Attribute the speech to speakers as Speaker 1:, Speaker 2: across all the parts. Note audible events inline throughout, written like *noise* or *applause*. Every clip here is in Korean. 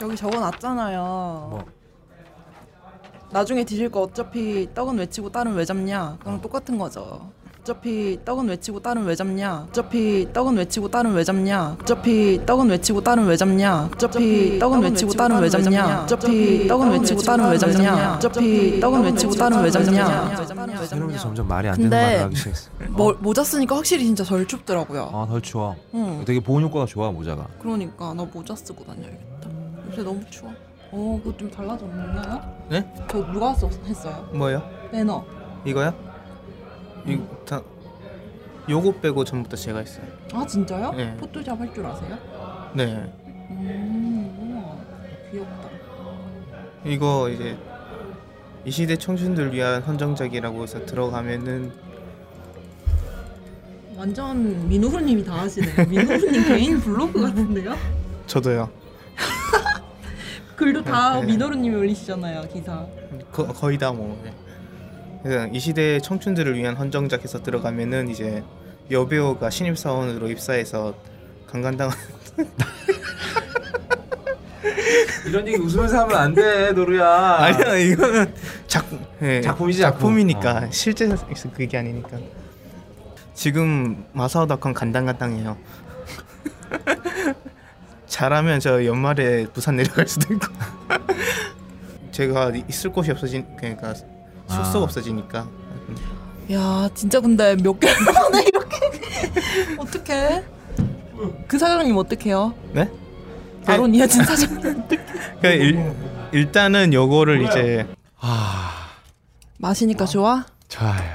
Speaker 1: 여기 적어놨잖아요.
Speaker 2: 뭐
Speaker 1: 나중에 드실 거 어차피 떡은 외치고 딸은 왜 잡냐? 그럼 똑같은 거죠. 어차피 떡은 외치고 딸은 왜 잡냐? 어차피 떡은 외치고 딸은 왜 잡냐? 어차피 떡은 외치고 딸은 왜 잡냐? 어차피 떡은 외치고 딸은 왜 잡냐? 어차피 떡은 외치고 딸은 왜 잡냐? 어차피 떡은 외치고 딸은 왜 잡냐?
Speaker 2: 새로운 게 점점 말이 안
Speaker 1: 근데-
Speaker 2: 되는 말을 하기 시작했어.
Speaker 1: 뭐, 모자 쓰니까 확실히 진짜 덜 춥더라고요.
Speaker 2: 아덜 추워.
Speaker 1: 응.
Speaker 2: 되게 보온 효과가 좋아 모자가.
Speaker 1: 그러니까 나 모자 쓰고 다녀야겠다. 요새 너무 추워. 어, 그거 좀 달라졌나요?
Speaker 3: 네?
Speaker 1: 저 누가 썼- 했어요?
Speaker 3: 뭐요?
Speaker 1: 매너.
Speaker 3: 이거요? 이다 요거 빼고 전부 다 제가 했어요.
Speaker 1: 아 진짜요?
Speaker 3: 네.
Speaker 1: 포토샵 할 줄 아세요?
Speaker 3: 네.
Speaker 1: 음, 우와, 귀엽다.
Speaker 3: 이거 이제 이 시대 청춘들 위한 헌정작이라고 해서 들어가면은
Speaker 1: 완전 민호루님이 다 하시네요. 민호루님 개인 블로그 같은데요?
Speaker 3: 저도요.
Speaker 1: 글도 다
Speaker 3: 네.
Speaker 1: 민호루님이 올리시잖아요, 기사.
Speaker 3: 거, 거의 다 뭐. 네. 그래서 이 시대의 청춘들을 위한 헌정작에서 들어가면은 이제 여배우가 신입사원으로 입사해서 강간당한
Speaker 2: 이런 얘기 웃으면서 하면 안 돼, 노루야.
Speaker 3: 아니야 이거는 작품 예,
Speaker 2: 작품이지, 어. 작품.
Speaker 3: 작품이니까 실제 에서 그게 아니니까 지금 마사오 닷컴
Speaker 2: *laughs*
Speaker 3: 간당간당해요 잘하면 저 연말에 부산 내려갈 수도 있고 *laughs* 제가 있을 곳이 없어진 그러니까 숙소가
Speaker 2: 아.
Speaker 3: 없어지니까
Speaker 1: 야, 진짜 근데 몇 *laughs* 개월 만에 이렇게 어떡해? 그 사장님 어떡해요?
Speaker 3: 네
Speaker 1: 아론 이어진 사장님 *laughs*
Speaker 3: 그러니까
Speaker 2: 어, 뭐,
Speaker 3: 일, 일단은 요거를 이제
Speaker 4: 아,
Speaker 1: 마시니까 좋아?
Speaker 4: 좋아요.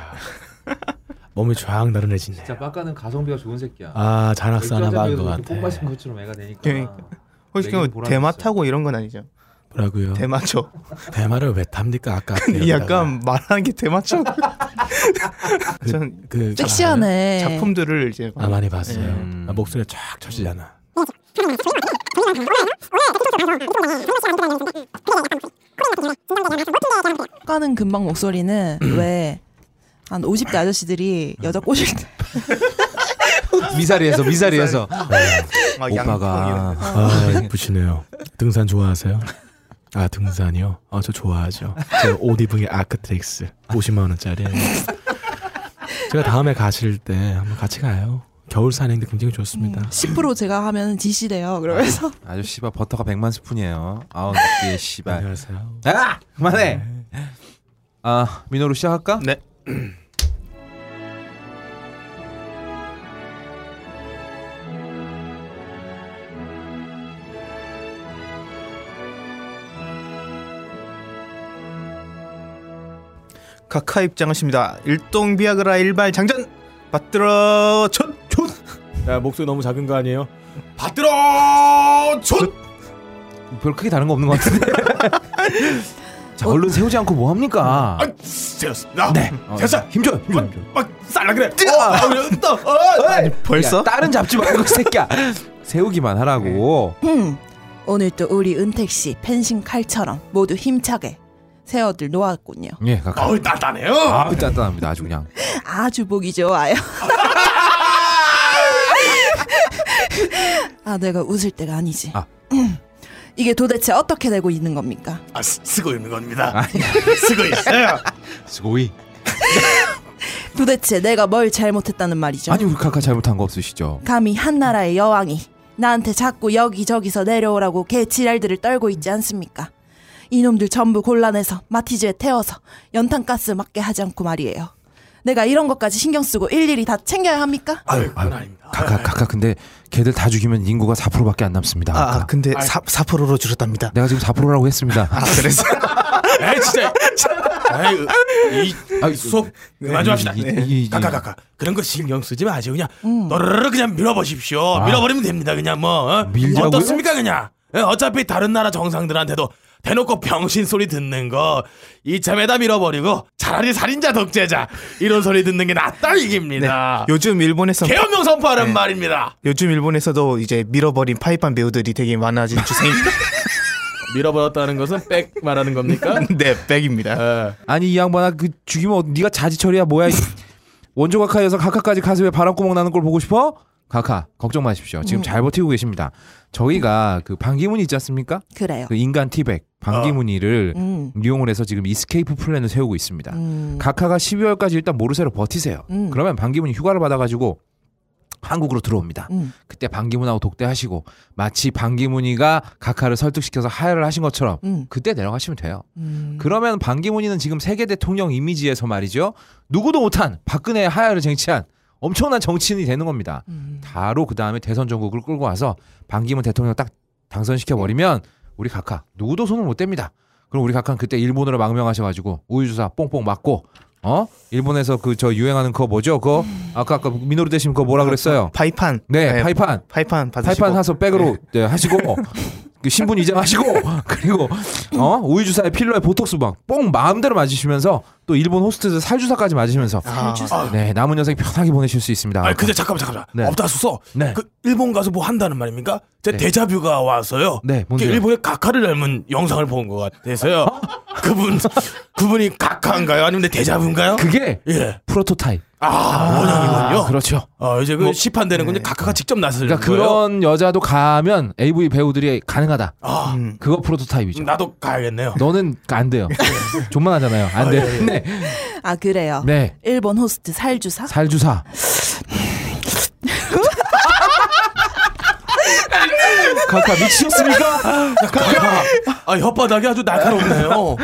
Speaker 4: 몸이 쫙 나른해지네.
Speaker 2: 진짜 빡가는 가성비가 좋은 새끼야.
Speaker 4: 아,
Speaker 2: 맥주
Speaker 4: 잔악사 하나
Speaker 2: 한 잔
Speaker 4: 막은
Speaker 2: 먹여도
Speaker 4: 것
Speaker 2: 이렇게 뽕 마신
Speaker 4: 같아.
Speaker 2: 것처럼 애가 되니까.
Speaker 3: 그러니까. 혹시
Speaker 2: 내긴
Speaker 3: 그
Speaker 2: 보람이
Speaker 3: 대마
Speaker 2: 있어.
Speaker 3: 타고 이런 건 아니죠
Speaker 4: 뭐라고요?
Speaker 3: 대마초
Speaker 4: 대마를 왜
Speaker 3: *laughs*
Speaker 4: 탑니까 아까?
Speaker 3: 약간 말하는 게 대마초 *laughs* 전
Speaker 4: 그
Speaker 1: 섹시하네.
Speaker 3: 작품들을 이제
Speaker 4: 아 많이 봤어요.
Speaker 3: 예.
Speaker 2: 음.
Speaker 4: 아, 목소리 쫙 쳐지잖아.
Speaker 1: 까는 금방 목소리는
Speaker 3: 음.
Speaker 1: 왜 한 50대 아저씨들이 여자 꼬실
Speaker 3: *laughs*
Speaker 1: 때
Speaker 4: *laughs*
Speaker 2: 미사리에서 미사리에서.
Speaker 3: 막
Speaker 2: 오빠가
Speaker 3: 양평이랑.
Speaker 4: 아, 예쁘시네요. 등산 좋아하세요? 아, 등산이요? 아, 저 좋아하죠. 제가 옷 입은 게 아크트릭스 50만 원짜리예요. 제가 다음에 가실 때 한번 같이 가요. 겨울 산행도 굉장히 좋습니다.
Speaker 3: 음.
Speaker 1: 10% 제가 하면 지시래요. 그러면서
Speaker 2: 아주 씨발 버터가 100만 스푼이에요. 아우 느끼해
Speaker 3: 네.
Speaker 2: 씨발.
Speaker 4: 안녕하세요.
Speaker 2: 아 그만해. 아 민호로 시작할까?
Speaker 3: 네. 각하 입장하십니다. 일동 비아그라 일발 장전 받들어 첫 첫.
Speaker 4: 야, 목소리 너무 작은 거 아니에요?
Speaker 2: 받들어 전. 별 크게 다른 거 없는
Speaker 1: *laughs*
Speaker 2: 것 같은데. 자 얼른 세우지 않고 뭐 합니까?
Speaker 1: 아,
Speaker 4: 됐습니다.
Speaker 2: 네. 됐어. 힘줘. 힘줘. 힘줘.
Speaker 4: 막 쌀라 아, 그래. 어,
Speaker 2: 아니,
Speaker 3: 벌써?
Speaker 2: 야, 다른 잡지 말고 이 새끼야. 세우기만
Speaker 1: 네.
Speaker 2: 하라고.
Speaker 1: 흠. 오늘도 우리 은택 씨 펜싱 칼처럼 모두 힘차게 세어들 놓았군요.
Speaker 2: 예, 가까.
Speaker 4: 어우 단단해요.
Speaker 2: 아, 짠짠합니다. 아주 그냥.
Speaker 1: 아주 보기 좋아요. *laughs* 아 내가 웃을 때가 아니지.
Speaker 2: 아.
Speaker 1: *clears throat* 이게 도대체 어떻게 되고 있는 겁니까?
Speaker 4: 아, 쓰, 쓰고 있는 겁니다.
Speaker 3: 쓰고 있어요.
Speaker 2: 스고이.
Speaker 1: 도대체 내가 뭘 잘못했다는 말이죠.
Speaker 2: 아니, 우리 카카 잘못한 거 없으시죠?
Speaker 1: 감히 한나라의 여왕이 나한테 자꾸 여기저기서 내려오라고 개지랄들을 떨고 있지 않습니까? 이놈들 전부 곤란해서 마티즈에 태워서 연탄가스 맞게 하지 않고 말이에요. 내가 이런 것까지 신경 쓰고 일일이 다 챙겨야 합니까?
Speaker 4: 아유, 그건 아닙니다.
Speaker 2: 카카 카카 근데 걔들 다 죽이면 인구가 4%밖에 안 남습니다.
Speaker 3: 아,
Speaker 2: 아까.
Speaker 3: 아 근데 4, 4%로 줄었답니다.
Speaker 2: 내가 지금 4%라고 했습니다.
Speaker 3: 아 그래서
Speaker 4: 에이 *laughs* 진짜. 에이
Speaker 2: 아,
Speaker 4: 속 그만 좀 합시다.
Speaker 2: 이- 이- 이-
Speaker 4: 가가가가 그런 거 신경 쓰지 마시고 그냥 너르르 그냥 밀어보십시오.
Speaker 2: 아.
Speaker 4: 밀어버리면 됩니다. 그냥 뭐 어?
Speaker 2: 밀자고요?
Speaker 4: 어떻습니까 그냥 예, 어차피 다른 나라 정상들한테도 대놓고 병신 소리 듣는 거 이참에 다 밀어버리고 차라리 살인자 독재자 이런 소리 듣는 게 낫다
Speaker 2: 네.
Speaker 4: 이깁니다.
Speaker 3: 요즘 일본에서
Speaker 4: 아. 개헌명 선포하란
Speaker 3: 네.
Speaker 4: 말입니다.
Speaker 3: 요즘 일본에서도 이제 밀어버린 파이판 배우들이 되게
Speaker 4: *laughs*
Speaker 3: 많아진 추세입니다.
Speaker 4: 밀어버렸다는 것은 백 말하는 겁니까?
Speaker 3: *laughs*
Speaker 4: 어.
Speaker 3: 네, 백입니다.
Speaker 2: 아니 이 양반아 그 죽이면 어- 네가 자지철이야 뭐야? 이- 원조 각하여서 각하까지 가슴에 바람구멍 나는 걸 보고 싶어? 카카 걱정 마십시오. 지금 잘 버티고 계십니다. 저희가 그 반기문이 있지 않습니까?
Speaker 1: 그래요.
Speaker 2: 그 인간 티백 반기문이를
Speaker 1: 아. 음.
Speaker 2: 이용을 해서 지금 이스케이프 플랜을 세우고 있습니다.
Speaker 1: 음.
Speaker 2: 각하가 12월까지 일단 모르쇠로 버티세요.
Speaker 1: 음.
Speaker 2: 그러면 반기문이 휴가를 받아가지고 한국으로 들어옵니다.
Speaker 1: 음.
Speaker 2: 그때 반기문하고 독대하시고 마치 반기문이가 각하를 설득시켜서 하야를 하신 것처럼
Speaker 1: 음.
Speaker 2: 그때 내려가시면 돼요.
Speaker 1: 음.
Speaker 2: 그러면 반기문이는 지금 세계 대통령 이미지에서 말이죠. 누구도 못한 박근혜의 하야를 쟁취한 엄청난 정치인이 되는 겁니다.
Speaker 1: 음.
Speaker 2: 바로 그 다음에 대선 전국을 끌고 와서 반기문 대통령 딱 당선시켜 버리면 우리 각하 누구도 손을 못 댑니다. 그럼 우리 각하는 그때 일본으로 망명하셔가지고 우유주사 뽕뽕 맞고 어 일본에서 그 저 유행하는 그거 뭐죠? 그거 아까 아까 민호루 대신 그거 뭐라 그랬어요?
Speaker 3: 파이판.
Speaker 2: 네, 파이판
Speaker 3: 파이판 받으시고.
Speaker 2: 파이판 사서 백으로 네, 하시고 그 신분 이장하시고 그리고 어 우유주사에 필러에 보톡스 막 뽕 마음대로 맞으시면서 또 일본 호스트에서 살주사까지 맞으시면서
Speaker 3: 아,
Speaker 2: 네 남은 여생 편하게 보내실 수 있습니다.
Speaker 5: 아 근데 잠깐만 잠깐만.
Speaker 2: 네.
Speaker 5: 없다 수서.
Speaker 2: 네.
Speaker 5: 그 일본 가서 뭐 한다는 말입니까? 제
Speaker 2: 네.
Speaker 5: 데자뷰가 와서요.
Speaker 2: 네, 뭔데요?
Speaker 5: 그 일본의 가카를 닮은 영상을 본 것 같아서요.
Speaker 2: *laughs*
Speaker 5: 그분 그분이 가카인가요? 아니면 내 데자뷰인가요?
Speaker 2: 그게
Speaker 5: 예.
Speaker 2: 프로토타입.
Speaker 5: 아, 원형이군요.
Speaker 2: 그렇죠. 네.
Speaker 5: 아, 이제 그 시판되는군요. 가카가 직접 나서는
Speaker 2: 그러니까
Speaker 5: 거예요.
Speaker 2: 그런 여자도 가면 AV 배우들이 가능하다.
Speaker 5: 아,
Speaker 3: 음.
Speaker 2: 그거 프로토타입이죠.
Speaker 5: 나도 가야겠네요.
Speaker 2: *laughs* 너는 그러니까 안 돼요. 존만하잖아요. 안 돼. 네.
Speaker 1: 아 그래요.
Speaker 2: 네.
Speaker 1: 일본 호스트 살주사.
Speaker 2: 살주사. 카카 미치셨습니까? 카카.
Speaker 5: 아, 혓바닥이 아주 날카롭네요.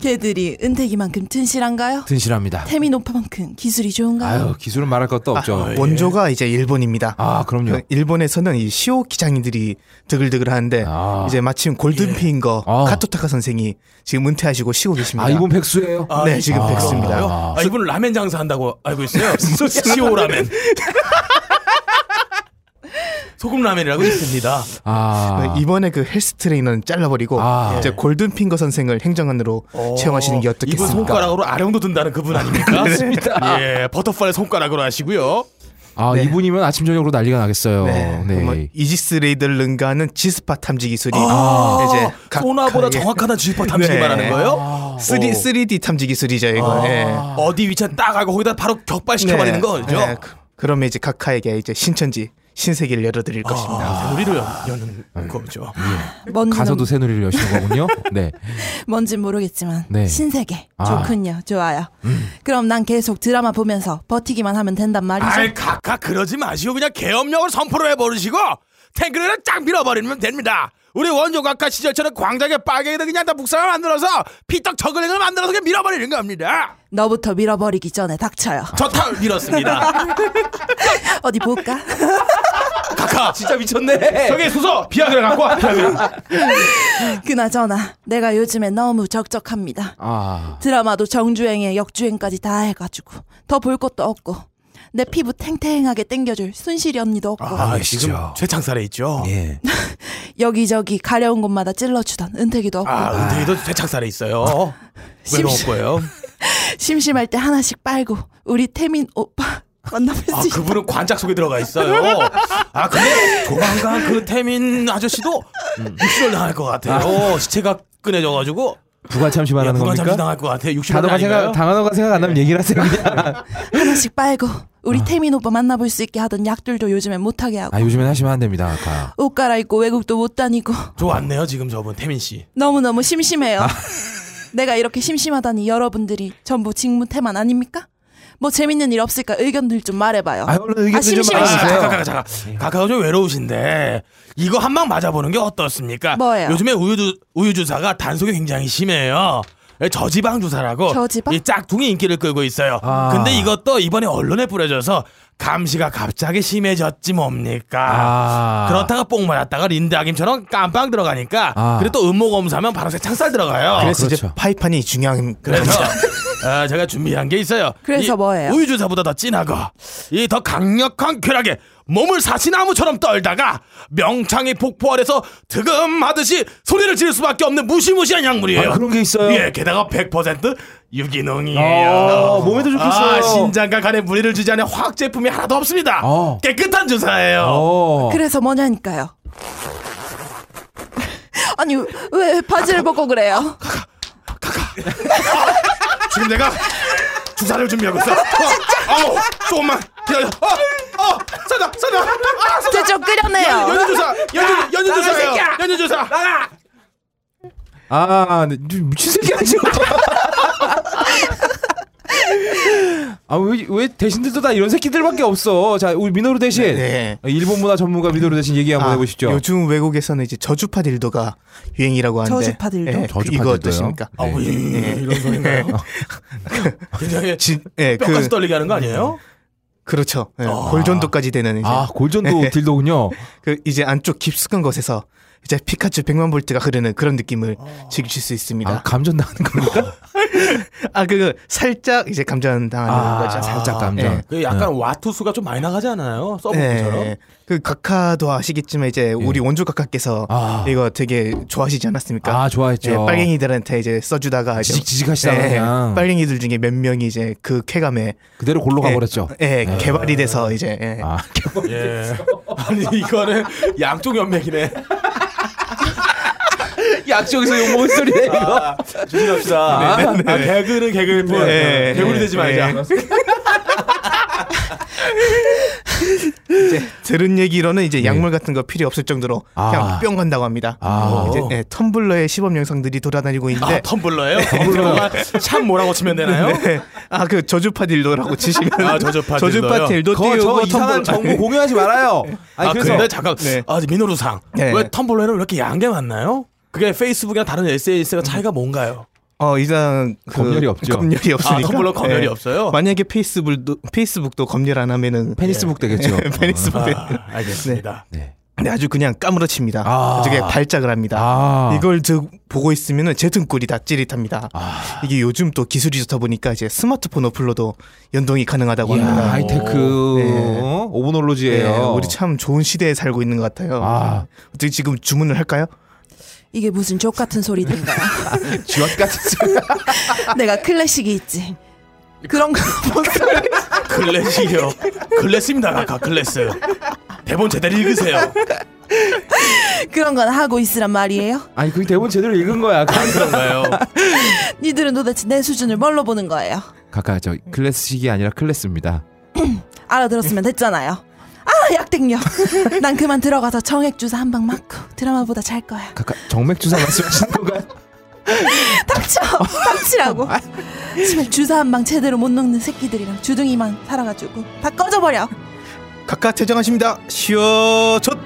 Speaker 1: 걔들이 은퇴기만큼 튼실한가요?
Speaker 2: 든실합니다.
Speaker 1: 템이 높아만큼 기술이 좋은가요?
Speaker 2: 아유 기술은 말할 것도 없죠.
Speaker 5: 아,
Speaker 3: 네. 원조가 이제 일본입니다.
Speaker 2: 아 그럼요.
Speaker 3: 네. 일본에서는 이 시오 기장님들이 드글드글 하는데
Speaker 2: 아.
Speaker 3: 이제 마침 골든피인거
Speaker 2: 아.
Speaker 3: 카토타카 선생이 지금 은퇴하시고 쉬고 계십니다.
Speaker 2: 아 이분 백수예요.
Speaker 5: 아,
Speaker 3: 네, 지금
Speaker 5: 아,
Speaker 3: 백수입니다.
Speaker 5: 아, 이분 라멘 장사한다고 알고
Speaker 2: *laughs*
Speaker 5: 있어요. 시오 라멘. 소금 라멘이라고 있습니다.
Speaker 2: 아.
Speaker 3: 네, 이번에 그 헬스 트레이너는 잘라버리고
Speaker 2: 아.
Speaker 3: 이제 골든핑거 선생을 행정관으로 채용하시는 어, 게 어떻겠습니까?
Speaker 5: 어. 이분 손가락으로 아령도 든다는 그분 아닙니까? 맞습니다. *laughs* 예, 버터플라이 손가락으로 하시고요.
Speaker 2: 아 이분이면 아침 저녁으로 난리가 나겠어요.
Speaker 3: 네.
Speaker 2: 네.
Speaker 3: 뭐 이지스 레이들 능가하는 지스파 탐지 기술이 네. 아, 이제 각-
Speaker 5: 아, 소나보다
Speaker 3: 각하에게
Speaker 5: 정확한 지휘파 탐지기
Speaker 3: 네.
Speaker 5: 말하는 거예요?
Speaker 3: 3D 3D 탐지 기술이죠 이거. 예.
Speaker 5: 어디 위치에 딱 알고 거기다 바로 격발시켜버리는 아. 거죠? 아,
Speaker 3: 네, 그, 그러면 이제 각하에게 이제 신천지 신세계를 열어드릴 것입니다.
Speaker 5: 아, 우리를 연- 여는 거죠.
Speaker 1: 뭔지는,
Speaker 2: 가서도 새누리를 여시는 거군요. 네.
Speaker 1: 뭔진 모르겠지만
Speaker 2: 네.
Speaker 1: 신세계
Speaker 2: 아.
Speaker 1: 좋군요. 좋아요.
Speaker 5: 음.
Speaker 1: 그럼 난 계속 드라마 보면서 버티기만 하면 된단 말이죠.
Speaker 5: 아이 각하 그러지 마시고 그냥 계엄령을 선포를 해버리시고 탱크를 쫙 밀어버리면 됩니다. 우리 원조 각하 시절처럼 광장에 빨갱이들 그냥 다 묵상을 만들어서 피떡 저글링을 만들어서 그냥 밀어버리는
Speaker 3: *laughs*
Speaker 5: 겁니다.
Speaker 1: 너부터 밀어버리기 전에 닥쳐요.
Speaker 5: 저 타올 밀었습니다.
Speaker 1: *laughs* 어디 볼까?
Speaker 5: 각하 아, 진짜
Speaker 2: 미쳤네.
Speaker 5: 저기 수소 비아그라 갖고 와.
Speaker 1: 그나저나 내가 요즘에 너무 적적합니다.
Speaker 2: 아.
Speaker 1: 드라마도 정주행에 역주행까지 다 해가지고 더 볼 것도 없고 내 피부 탱탱하게 땡겨줄 순실이 언니도
Speaker 5: 아.
Speaker 1: 없고
Speaker 5: 지금 최창살에 있죠.
Speaker 2: 예.
Speaker 1: 여기저기 가려운 곳마다 찔러주던 은택이도 없고
Speaker 5: 아 은퇴도 최창살에 있어요. 외로울
Speaker 1: 심심-
Speaker 5: 거예요.
Speaker 1: 심심할 때 하나씩 빨고 우리 태민 오빠 *laughs* 만나볼
Speaker 5: 아
Speaker 1: 수 있...
Speaker 5: 그분은 관짝 속에 들어가 있어요. 아 근데 조만간 그 태민 아저씨도 음, 육수를 당할 것 같아요. 어, 시체가 끊어져가지고 예,
Speaker 2: 부관 참시만 하는
Speaker 5: 부관 잠시
Speaker 2: 겁니까?
Speaker 5: 당할 것 같아요. 육수를
Speaker 2: 단어가 생각
Speaker 5: 아닌가요?
Speaker 2: 단어가 생각 안 나면 얘기를 하세요. 그냥.
Speaker 1: 하나씩 빨고 우리 태민 오빠 만나볼 수 있게 하던 약들도 요즘엔 못하게 하고
Speaker 2: 아 요즘엔 하시면 안 됩니다. 아까.
Speaker 1: 옷 갈아입고 외국도 못 다니고
Speaker 5: 좋았네요 지금 저분 태민 씨.
Speaker 1: 너무너무 심심해요 내가 이렇게 심심하다니 여러분들이 전부 직무태만 아닙니까? 뭐 재밌는 일 없을까 의견들 좀 말해봐요
Speaker 2: 아 얼른 의견
Speaker 1: 아,
Speaker 2: 좀
Speaker 1: 심심해.
Speaker 5: 잠깐
Speaker 2: 말해주세요.
Speaker 5: 잠깐
Speaker 2: 예.
Speaker 5: 잠깐. 가까가 좀 외로우신데 이거 한 방 맞아보는 게 어떻습니까?
Speaker 1: 뭐예요?
Speaker 5: 요즘에 우유주 우유 주사가 단속이 굉장히 심해요. 예, 저지방 주사라고
Speaker 1: 저지방?
Speaker 5: 이 짝퉁이 인기를 끌고 있어요.
Speaker 2: 아.
Speaker 5: 근데 이것도 이번에 언론에 뿌려져서 감시가 갑자기 심해졌지 뭡니까?
Speaker 2: 아.
Speaker 5: 그렇다가 뽕 맞았다가 린드 아김처럼 깜빵 들어가니까
Speaker 2: 아.
Speaker 5: 그래 또 음모 검사면 바로 창살 들어가요.
Speaker 3: 그래서 이제
Speaker 2: 그렇죠.
Speaker 3: 파이판이 중요한
Speaker 5: 그래서 아, 제가 준비한 게 있어요.
Speaker 1: 그래서
Speaker 5: 이
Speaker 1: 뭐예요?
Speaker 5: 우유 주사보다 더 진하고 이 더 강력한 쾌락에 몸을 사시나무처럼 떨다가 명창이 폭포 아래서 드금하듯이 소리를 지를 수밖에 없는 무시무시한 약물이에요.
Speaker 2: 아, 그런 게 있어요?
Speaker 5: 예, 게다가 100%
Speaker 2: 아,
Speaker 5: 유기농이에요.
Speaker 2: 몸에도 좋겠어요.
Speaker 5: 아, 신장과 간에 무리를 주지 않는 화학 제품이 하나도 없습니다.
Speaker 2: 어.
Speaker 5: 깨끗한 주사예요.
Speaker 2: 어.
Speaker 1: 그래서 뭐냐니까요 *laughs* 아니 왜 바지를 벗고 그래요
Speaker 5: 지금 내가 주사를 준비하고
Speaker 2: *laughs*
Speaker 5: 있어. 진짜? 아우 조금만 기다려. 어, 어, 쏟아, 쏟아. 아, 쏟아.
Speaker 1: 대충 끓여내요.
Speaker 5: 연유 주사, 연유 연유 주사예요.
Speaker 4: 새끼야!
Speaker 5: 연유 주사.
Speaker 2: 아, 네, 좀 미친 새끼 아니죠? *laughs* 아, 왜, 왜 대신들도 다 이런 새끼들밖에 없어? 자, 우리 민호루 대신.
Speaker 3: 네.
Speaker 2: 일본 문화 전문가 민호루 대신 얘기 한번
Speaker 3: 아,
Speaker 2: 해보시죠.
Speaker 3: 요즘 외국에서는 이제 저주파 딜도가 유행이라고 하는데
Speaker 1: 저주파 딜도?
Speaker 3: 예,
Speaker 2: 저주파 딜도요?
Speaker 3: 이거 어떠십니까? 예,
Speaker 2: 아, 네.
Speaker 5: 예, 이런 소리가요. *laughs*
Speaker 3: *laughs*
Speaker 5: 굉장히
Speaker 3: 진, 예,
Speaker 5: 뼈까지
Speaker 3: 그
Speaker 5: 떨리게 하는 거 아니에요?
Speaker 3: 그렇죠. 예, 골전도까지 되는 이제 네.
Speaker 2: 아, 골전도 딜도군요. 아,
Speaker 3: 그 이제 안쪽 깊숙한 곳에서 이제 피카츄 100만 볼트가 흐르는 그런 느낌을 즐기실 수 있습니다.
Speaker 2: 아, 감전 나는 겁니까?
Speaker 3: 아, 그 살짝 이제 감전 당하는
Speaker 2: 아,
Speaker 3: 거죠.
Speaker 2: 살짝 감전. 어,
Speaker 3: 예.
Speaker 5: 그 약간 와투수가 좀 많이 나가지 않아요? 서브처럼.
Speaker 3: 네. 그 각하도 아시겠지만 이제 우리 원조 각하께서
Speaker 2: 예. 아.
Speaker 3: 이거 되게 좋아하시지 않았습니까?
Speaker 2: 아, 좋아했죠.
Speaker 3: 예, 빨갱이들한테 이제 써주다가 이제
Speaker 2: 지직지직하시다가
Speaker 3: 예,
Speaker 2: 그냥.
Speaker 3: 빨갱이들 중에 몇 명이 이제 그 쾌감에
Speaker 2: 그대로 골로 가버렸죠.
Speaker 3: 예, 개발이 돼서 이제 예.
Speaker 2: 아,
Speaker 5: 예. 아니 이거는 양쪽 연맥이네.
Speaker 2: 약정에서 욕먹은 소리네, 이거.
Speaker 3: 아,
Speaker 5: 조심합시다. 아, 개그는 개그일 뿐
Speaker 3: 네, 네.
Speaker 5: 개구리 되지 말자.
Speaker 3: 들은 얘기로는 이제 약물 같은 거 필요 없을 정도로
Speaker 2: 예. 아.
Speaker 3: 그냥 뿅 간다고 합니다.
Speaker 2: 아.
Speaker 3: 이제 예, 텀블러에 시범 영상들이 돌아다니고
Speaker 5: 아
Speaker 3: 있는데
Speaker 5: 텀블러예요? 텀블러. 참 뭐라고 치면 되나요?
Speaker 3: *laughs* 아 그 저주파 딜도라고 치시면
Speaker 5: 아, 저주파 딜도요?
Speaker 3: 저주파 딜도
Speaker 2: 거, 저
Speaker 3: 띄우고
Speaker 2: 이상한
Speaker 3: 텀블러-
Speaker 2: 정보 공유하지 말아요. 아니,
Speaker 5: 아
Speaker 2: 그래서.
Speaker 5: 근데 잠깐
Speaker 3: 네.
Speaker 5: 아 민호루상
Speaker 3: 네.
Speaker 5: 왜 텀블러에는 왜 이렇게 양게 많나요? 그게 페이스북이나 다른 SNS가 차이가 뭔가요?
Speaker 3: 어 이상 그
Speaker 2: 검열이 없죠.
Speaker 3: 검열이 없으니까.
Speaker 5: 아, 텀블러 검열이
Speaker 3: 예.
Speaker 5: 없어요?
Speaker 3: 만약에 페이스북도 페이스북도 검열 안 하면은
Speaker 2: 페니스북 되겠죠.
Speaker 3: 네, 페니스북
Speaker 5: 아, 알겠습니다.
Speaker 2: 네.
Speaker 3: 네, 아주 그냥 까무러칩니다.
Speaker 2: 아.
Speaker 3: 어떻게 발작을 합니다.
Speaker 2: 아.
Speaker 3: 이걸 저 보고 있으면은 제 등골이 다 찌릿합니다.
Speaker 2: 아.
Speaker 3: 이게 요즘 또 기술이 좋다 보니까 이제 스마트폰 어플로도 연동이 가능하다고
Speaker 2: 이야,
Speaker 3: 합니다.
Speaker 2: 하이테크
Speaker 3: 네.
Speaker 2: 어? 오브놀로지예요.
Speaker 3: 네, 우리 참 좋은 시대에 살고 있는 것 같아요.
Speaker 2: 아.
Speaker 3: 어떻게 지금 주문을 할까요?
Speaker 1: 이게 무슨 족 같은 소리든가.
Speaker 2: 쥐왓 같은 소리.
Speaker 1: 내가 클래식이 있지. 그런 거 *laughs* 보세요.
Speaker 5: 클래식이요. 클래스입니다. 아까 클래스. 대본 제대로 읽으세요.
Speaker 1: 그런 건 하고 있으란 말이에요.
Speaker 2: 아니 그 대본 제대로 읽은 *laughs* 거야.
Speaker 5: 그런가요?
Speaker 1: 니들은 도대체 내 수준을 뭘로 보는 거예요?
Speaker 2: 카카 저 클래스식이 아니라 클래스입니다.
Speaker 1: 알아들었으면 됐잖아요. 아 약등력. 난 그만 들어가서 정액 주사 한 방 맞고 드라마보다 잘 거야.
Speaker 2: 카카 정맥 주사 말씀하시는 *laughs* 건가요?
Speaker 1: 닥쳐, 닥치라고. 지금 주사 한 방 제대로 못 녹는 새끼들이랑 주둥이만 살아가지고 다 꺼져버려.
Speaker 3: 각각 퇴장하십니다. 시어 젖.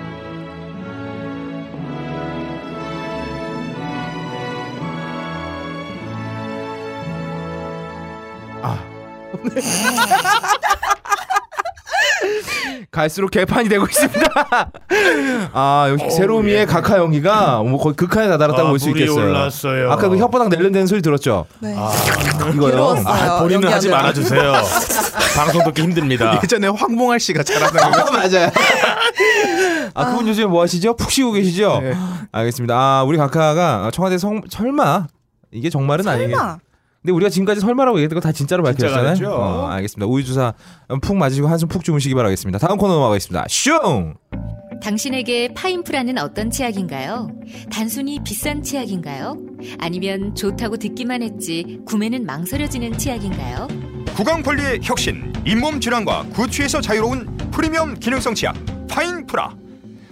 Speaker 2: 갈수록 개판이 되고 있습니다. *laughs* 아 역시 세로미의 카카 연기가 뭐 거의 극한에 다다랐다고
Speaker 5: 아,
Speaker 2: 볼 수
Speaker 5: 물이
Speaker 2: 있겠어요.
Speaker 5: 올랐어요.
Speaker 2: 아까 그 혓바닥 낼름대는 소리 들었죠?
Speaker 1: 네.
Speaker 2: 이거요.
Speaker 1: 괴로웠어요.
Speaker 5: 아, 본인은 하지
Speaker 1: 연기하느라.
Speaker 5: 말아주세요. 방송 듣기 힘듭니다.
Speaker 3: 예전에 황몽할 씨가 잘하다고.
Speaker 2: *laughs* 아, 맞아요. 아, 그분 요즘에 뭐 하시죠? 푹 쉬고 계시죠?
Speaker 3: 네.
Speaker 2: 알겠습니다. 아, 우리 각하가 청와대 성, 설마 이게 정말은 아니겠
Speaker 1: 설마.
Speaker 2: 근데 우리가 지금까지 설마라고 얘기했던 거 다 진짜로 밝혀졌잖아요.
Speaker 5: 진짜가 됐죠.
Speaker 2: 어, 알겠습니다. 우유 주사 푹 맞으시고 한숨 푹 주무시기 바라겠습니다. 다음 코너 넘어가겠습니다. 슝!
Speaker 6: 당신에게 파인프라는 어떤 치약인가요? 단순히 비싼 치약인가요? 아니면 좋다고 듣기만 했지 구매는 망설여지는 치약인가요?
Speaker 7: 구강관리의 혁신, 잇몸 질환과 구취에서 자유로운 프리미엄 기능성 치약 파인프라.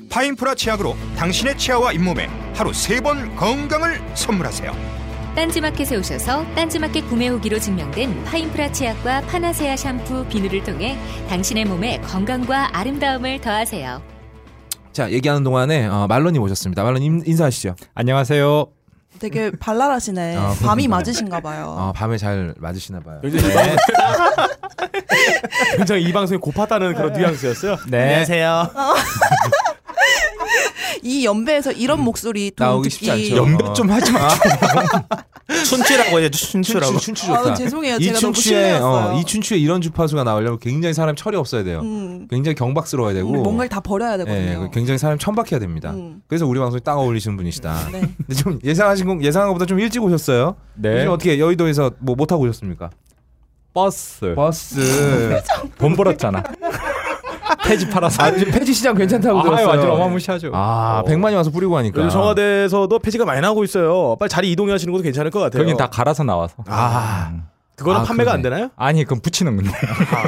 Speaker 7: 파인프라 치약으로 당신의 치아와 잇몸에 하루 세 번 건강을 선물하세요.
Speaker 6: 딴지마켓에 오셔서 딴지마켓 구매 후기로 증명된 파인프라 치약과 파나세아 샴푸 비누를 통해 당신의 몸에 건강과 아름다움을 더하세요.
Speaker 2: 자, 얘기하는 동안에 어, 말론님 오셨습니다. 말론 인, 인사하시죠. 안녕하세요.
Speaker 1: 되게 발랄하시네.
Speaker 2: 아,
Speaker 1: 밤이
Speaker 2: 그렇군요.
Speaker 1: 맞으신가 봐요.
Speaker 2: 어, 밤에 잘 맞으시나 봐요.
Speaker 5: 네. *laughs* 굉장히 이 방송이 고팠다는 그런 뉘앙스였어요.
Speaker 2: 네.
Speaker 5: 안녕하세요.
Speaker 1: 이 연배에서 이런 목소리 돈
Speaker 2: 나오기
Speaker 1: 듣기
Speaker 2: 쉽지 않죠.
Speaker 7: 연배 좀
Speaker 3: *laughs*
Speaker 7: 하지 마.
Speaker 3: 춘추라고 해야죠. 춘추라고.
Speaker 2: 춘추
Speaker 1: 아우,
Speaker 2: 좋다.
Speaker 1: 죄송해요.
Speaker 2: 이
Speaker 1: 예, 제가 너무
Speaker 2: 춘추에
Speaker 1: 실례였어요.
Speaker 2: 이 춘추에 이런 주파수가 나오려면 굉장히 사람 철이 없어야 돼요.
Speaker 1: 음.
Speaker 2: 굉장히 경박스러워야 되고
Speaker 1: 우리 뭔가를 다 버려야
Speaker 2: 예,
Speaker 1: 되거든요.
Speaker 2: 굉장히 사람 천박해야 됩니다.
Speaker 1: 음.
Speaker 2: 그래서 우리 방송에 딱 어울리시는 분이시다.
Speaker 1: 네.
Speaker 2: *laughs* 근데 좀 예상하신 건 예상한 것보다 좀 일찍 오셨어요.
Speaker 4: 네.
Speaker 2: 요즘 어떻게 여의도에서 뭐 못 하고 오셨습니까?
Speaker 1: *laughs*
Speaker 4: 버스
Speaker 2: 버스.
Speaker 4: 돈 벌었잖아 폐지 팔아서
Speaker 2: 아 요즘 폐지 시장 괜찮다고 들었어요.
Speaker 4: 완전 어마무시하죠
Speaker 2: 아,
Speaker 4: 어.
Speaker 2: 백만이 와서 뿌리고 하니까.
Speaker 5: 요즘 청와대에서도 폐지가 많이 나고 있어요. 빨리 자리 이동하시는 것도 괜찮을 것 같아요.
Speaker 4: 거긴 다 갈아서 나와서
Speaker 2: 그러니까 아,
Speaker 4: 그거는
Speaker 2: 아,
Speaker 4: 판매가
Speaker 2: 그러네.
Speaker 4: 안 되나요?
Speaker 8: 아니 그럼 붙이는 건데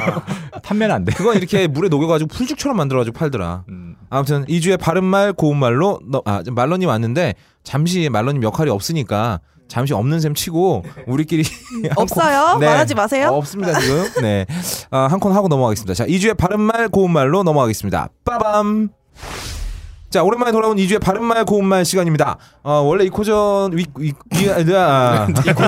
Speaker 8: *laughs* 판매는 안 돼. 음.
Speaker 2: 아. 그건 이렇게 물에 녹여가지고 풀죽처럼 만들어가지고 팔더라. 아무튼 이주에 바른말 고운말로 너, 아, 말론이 왔는데 잠시 말론님 역할이 없으니까 잠시 없는 셈 치고
Speaker 1: *laughs*
Speaker 2: 우리끼리 한 코-
Speaker 1: 없어요? 말하지 마세요.
Speaker 2: 어, 없습니다 지금 네 한 콘 하고 넘어가겠습니다 자이주에 바른말 고운말로 넘어가겠습니다 빠밤 자 오랜만에 돌아온 이주의 바른말 고운말 시간입니다 어, 원래 이 코전 위, 위, 위,
Speaker 8: *laughs*
Speaker 2: 아,
Speaker 8: 그거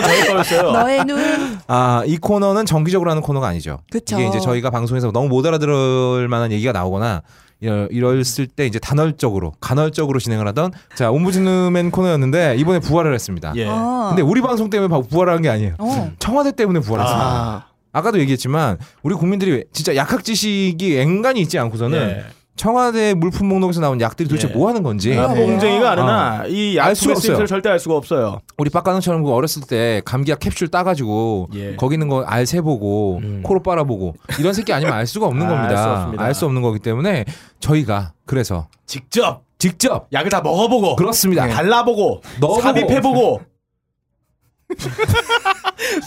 Speaker 8: 저희 거였어요.
Speaker 1: 너의 눈.
Speaker 2: 아, 이 코너는 정기적으로 하는 코너가 아니죠.
Speaker 1: 그쵸.
Speaker 2: 이게 이제 저희가 방송에서 너무 못 알아들을 만한 얘기가 나오거나 이럴, 이랬을 때 이제 단월적으로 간헐적으로 진행을 하던 자 옴부즈맨 코너였는데 이번에 부활을 했습니다.
Speaker 8: 예.
Speaker 1: 어.
Speaker 2: 근데 우리 방송 때문에 바- 부활한 게 아니에요.
Speaker 1: 어.
Speaker 2: 청와대 때문에 부활했습니다.
Speaker 3: 아,
Speaker 2: 아까도 얘기했지만 우리 국민들이 진짜 약학 지식이 앵간히 있지
Speaker 5: 예.
Speaker 2: 않고서는 청와대 물품 목록에서 나온 약들이 도대체
Speaker 8: 예.
Speaker 2: 뭐 하는 건지
Speaker 4: 아,
Speaker 1: 그래요?
Speaker 4: 몽쟁이가 아니라 이
Speaker 2: 알 수가
Speaker 4: 약수의
Speaker 2: 없어요.
Speaker 4: 쓰임새를 절대 알 수가 없어요.
Speaker 2: 우리 빡가능처럼 그 어렸을 때 감기약 캡슐 따가지고
Speaker 4: 예.
Speaker 2: 거기 있는 거 알 세보고
Speaker 4: 음.
Speaker 2: 코로 빨아보고 이런 새끼 아니면 알 수가 없는
Speaker 4: 아,
Speaker 2: 겁니다.
Speaker 4: 알수 없습니다.
Speaker 2: 알수 없는 거기 때문에 저희가 그래서 예,
Speaker 4: 직접
Speaker 2: 직접
Speaker 4: 약을 다 먹어보고
Speaker 2: 그렇습니다.
Speaker 4: 갈라보고
Speaker 2: 넣어보고.
Speaker 4: 삽입해보고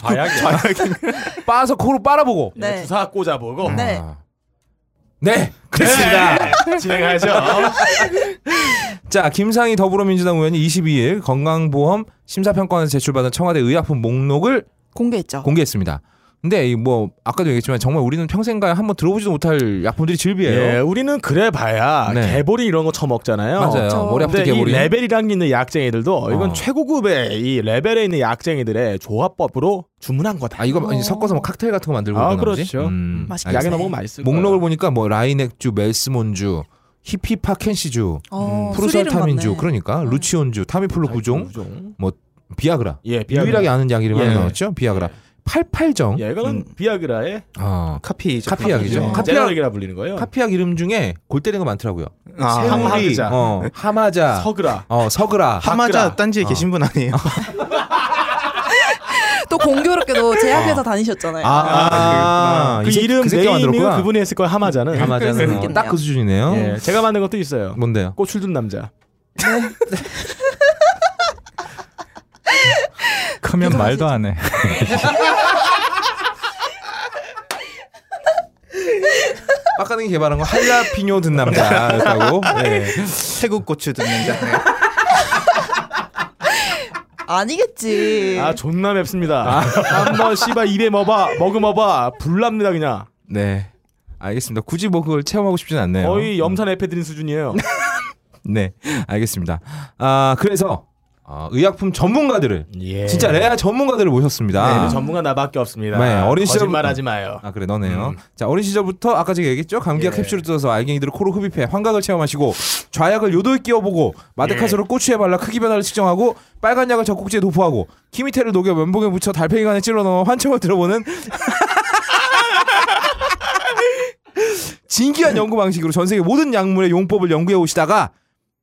Speaker 8: 과약이야.
Speaker 2: 빠서 코로 빨아보고
Speaker 5: 예,
Speaker 1: 네.
Speaker 4: 주사 꽂아보고
Speaker 1: 네.
Speaker 2: 아. 네 그렇습니다.
Speaker 4: 네. *laughs* 진행하죠.
Speaker 2: 자 김상희 더불어민주당 의원이 22일 건강보험 심사평가원에서 제출받은 청와대 의약품 목록을
Speaker 1: 공개했죠.
Speaker 2: 공개했습니다. 근데 이 뭐 아까도 얘기했지만 정말 우리는 평생가에 한번 들어보지도 못할 약품들이 즐비해요.
Speaker 4: 예, 우리는 그래 봐야
Speaker 2: 네.
Speaker 4: 개보리 이런 거 처먹잖아요.
Speaker 2: 맞아요.
Speaker 1: 저-
Speaker 2: 머리 아프게
Speaker 4: 근데 이
Speaker 2: 개구리.
Speaker 4: 레벨이란 게 있는 약쟁이들도 이건
Speaker 2: 어.
Speaker 4: 최고급의 이 레벨에 있는 약쟁이들의 조합법으로 주문한 거다.
Speaker 2: 아 이거
Speaker 1: 어.
Speaker 2: 이제 섞어서 뭐 칵테일 같은 거 만들고
Speaker 4: 아,
Speaker 2: 그러나 보지?
Speaker 4: 그렇죠.
Speaker 2: 음,
Speaker 1: 맛있겠다.
Speaker 4: 약에
Speaker 2: 알겠습니다.
Speaker 4: 너무 맛있을
Speaker 2: 목록을
Speaker 4: 거야.
Speaker 2: 보니까 뭐 라인액주, 멜스몬주, 히피파켄시주,
Speaker 1: 어,
Speaker 2: 프루설타민주,
Speaker 1: 스릴은 같네.
Speaker 2: 그러니까 루치온주, 타미플루 구종, 뭐
Speaker 4: 구종.
Speaker 2: 비아그라.
Speaker 4: 예, 비아그라.
Speaker 2: 유일하게 아는 약 이름이 하나
Speaker 4: 예.
Speaker 2: 나왔죠. 비아그라. 팔팔정.
Speaker 4: 예, 이거는
Speaker 2: 음.
Speaker 4: 비아그라의
Speaker 2: 어.
Speaker 3: 카피죠. 예.
Speaker 2: 카피약이죠.
Speaker 4: 카
Speaker 2: 카피약.
Speaker 4: 피이라 불리는 거예요.
Speaker 2: 카피약 이름 중에 골 때리는 거 많더라고요.
Speaker 3: 아,
Speaker 4: 새우.
Speaker 3: 하마,
Speaker 2: 세우리,
Speaker 4: 하마자.
Speaker 2: 어, 하마자,
Speaker 4: 서그라.
Speaker 2: 어, 서그라. 어.
Speaker 3: 하마자 딴지에 계신 분 아니에요?
Speaker 1: 또 공교롭게도 제약회사 다니셨잖아요.
Speaker 2: 아,
Speaker 4: 그
Speaker 2: 이 새끼-
Speaker 4: 이름
Speaker 2: 그 새끼가
Speaker 4: 네이밍은
Speaker 2: 만들었구나.
Speaker 4: 그분이 했을 거예요. 하마자는.
Speaker 2: 하마자는
Speaker 1: 그랬겠네요.
Speaker 2: 딱 그 수준이네요.
Speaker 4: 예, 제가 만든 것도 있어요.
Speaker 2: 뭔데요?
Speaker 4: 꽃을 든 남자.
Speaker 8: 크면 말도 안
Speaker 2: *laughs*
Speaker 8: 해.
Speaker 2: 빡가능이 개발한 거 할라피뇨 든
Speaker 4: 네.
Speaker 2: 남자였다고. 예.
Speaker 3: 태국 고추 듣는 자. 네.
Speaker 1: 아니겠지.
Speaker 4: 아 존나 맵습니다. *laughs* 한번 씨발 입에 먹어봐, 먹음어봐, 불납니다 그냥.
Speaker 2: 네. 알겠습니다. 굳이 뭐 그걸 체험하고 싶진 않네요. 음.
Speaker 4: 거의 염산 에페드린 수준이에요.
Speaker 2: 네. 알겠습니다. 아, 그래서 어, 의약품 전문가들을
Speaker 4: 예.
Speaker 2: *laughs* 진짜 레아 전문가들을 모셨습니다.
Speaker 4: 네, 전문가 나밖에 없습니다.
Speaker 2: 아. 네, 어린 시절-
Speaker 4: 거짓말하지 마요. 음.
Speaker 2: 아 그래 너네요. 자 어린 시절부터 아까 제가 얘기했죠. 감기약
Speaker 4: 예.
Speaker 2: 캡슐을 뜯어서 알갱이들을 코로 흡입해 환각을 체험하시고 좌약을 요도에 끼워보고
Speaker 4: 예.
Speaker 2: 마데카소를 꼬추에 발라 크기 변화를 측정하고 빨간 약을 젖꼭지에 도포하고 키미테를 녹여 면봉에 묻혀 달팽이관에 찔러 넣어 환청을 들어보는 *laughs* 진기한 연구 방식으로 전 세계 모든 약물의 용법을 연구해 오시다가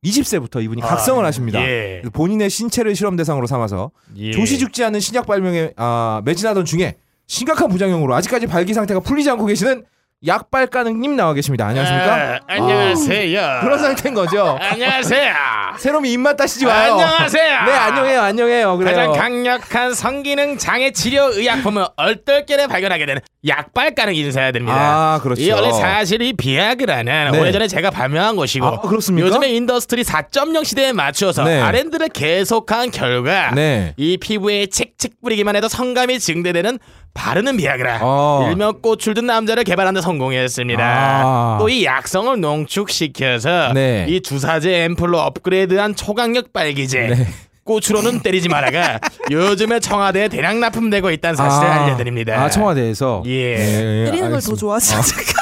Speaker 2: 20세부터 이분이 각성을 하십니다.
Speaker 4: 아, 예.
Speaker 2: 그래서 본인의 신체를 실험 대상으로 삼아서
Speaker 4: 예.
Speaker 2: 조시 죽지 않은 신약 발명에 아, 매진하던 중에 심각한 부작용으로 아직까지 발기 상태가 풀리지 않고 계시는 약발가능님 나와 계십니다.
Speaker 5: 예.
Speaker 2: 안녕하십니까?
Speaker 5: 네,
Speaker 2: 아,
Speaker 5: 안녕하세요.
Speaker 2: 그런 상태인 거죠.
Speaker 5: 안녕하세요.
Speaker 2: 새롬이 입맛 따시지 마요.
Speaker 5: 안녕하세요.
Speaker 2: 네, 안녕해요, 안녕해요. *laughs* 그래요.
Speaker 5: 가장 강력한 성기능 장애 치료 의약품을 얼떨결에 발견하게 되는 약발 가능 인사드립니다.
Speaker 2: 아, 그렇죠.
Speaker 5: 이 원래 사실 이 비아그라는
Speaker 2: 네.
Speaker 5: 오래전에 제가 발명한 것이고
Speaker 2: 아, 그렇습니까?
Speaker 5: 요즘에 인더스트리 4.0 시대에 맞추어서
Speaker 2: 네.
Speaker 5: R&D를 계속한 결과
Speaker 2: 네.
Speaker 5: 이 피부에 칙칙 뿌리기만 해도 성감이 증대되는 바르는 비아그라
Speaker 2: 어.
Speaker 5: 일명 꽃을 든 남자를 개발하는 데 성공했습니다
Speaker 2: 아.
Speaker 5: 또 이 약성을 농축시켜서
Speaker 2: 네.
Speaker 5: 이 주사제 앰플로 업그레이드한 초강력 빨기제
Speaker 2: 네.
Speaker 5: 꽃으로는 때리지 마라가
Speaker 2: *laughs*
Speaker 5: 요즘에 청와대에 대량 납품되고 있다는 사실을
Speaker 2: 아,
Speaker 5: 알려드립니다
Speaker 2: 아, 청와대에서 네,
Speaker 5: 예.
Speaker 1: 때리는 걸
Speaker 2: 알겠습니다.
Speaker 1: 더 네, 좋아하시니까.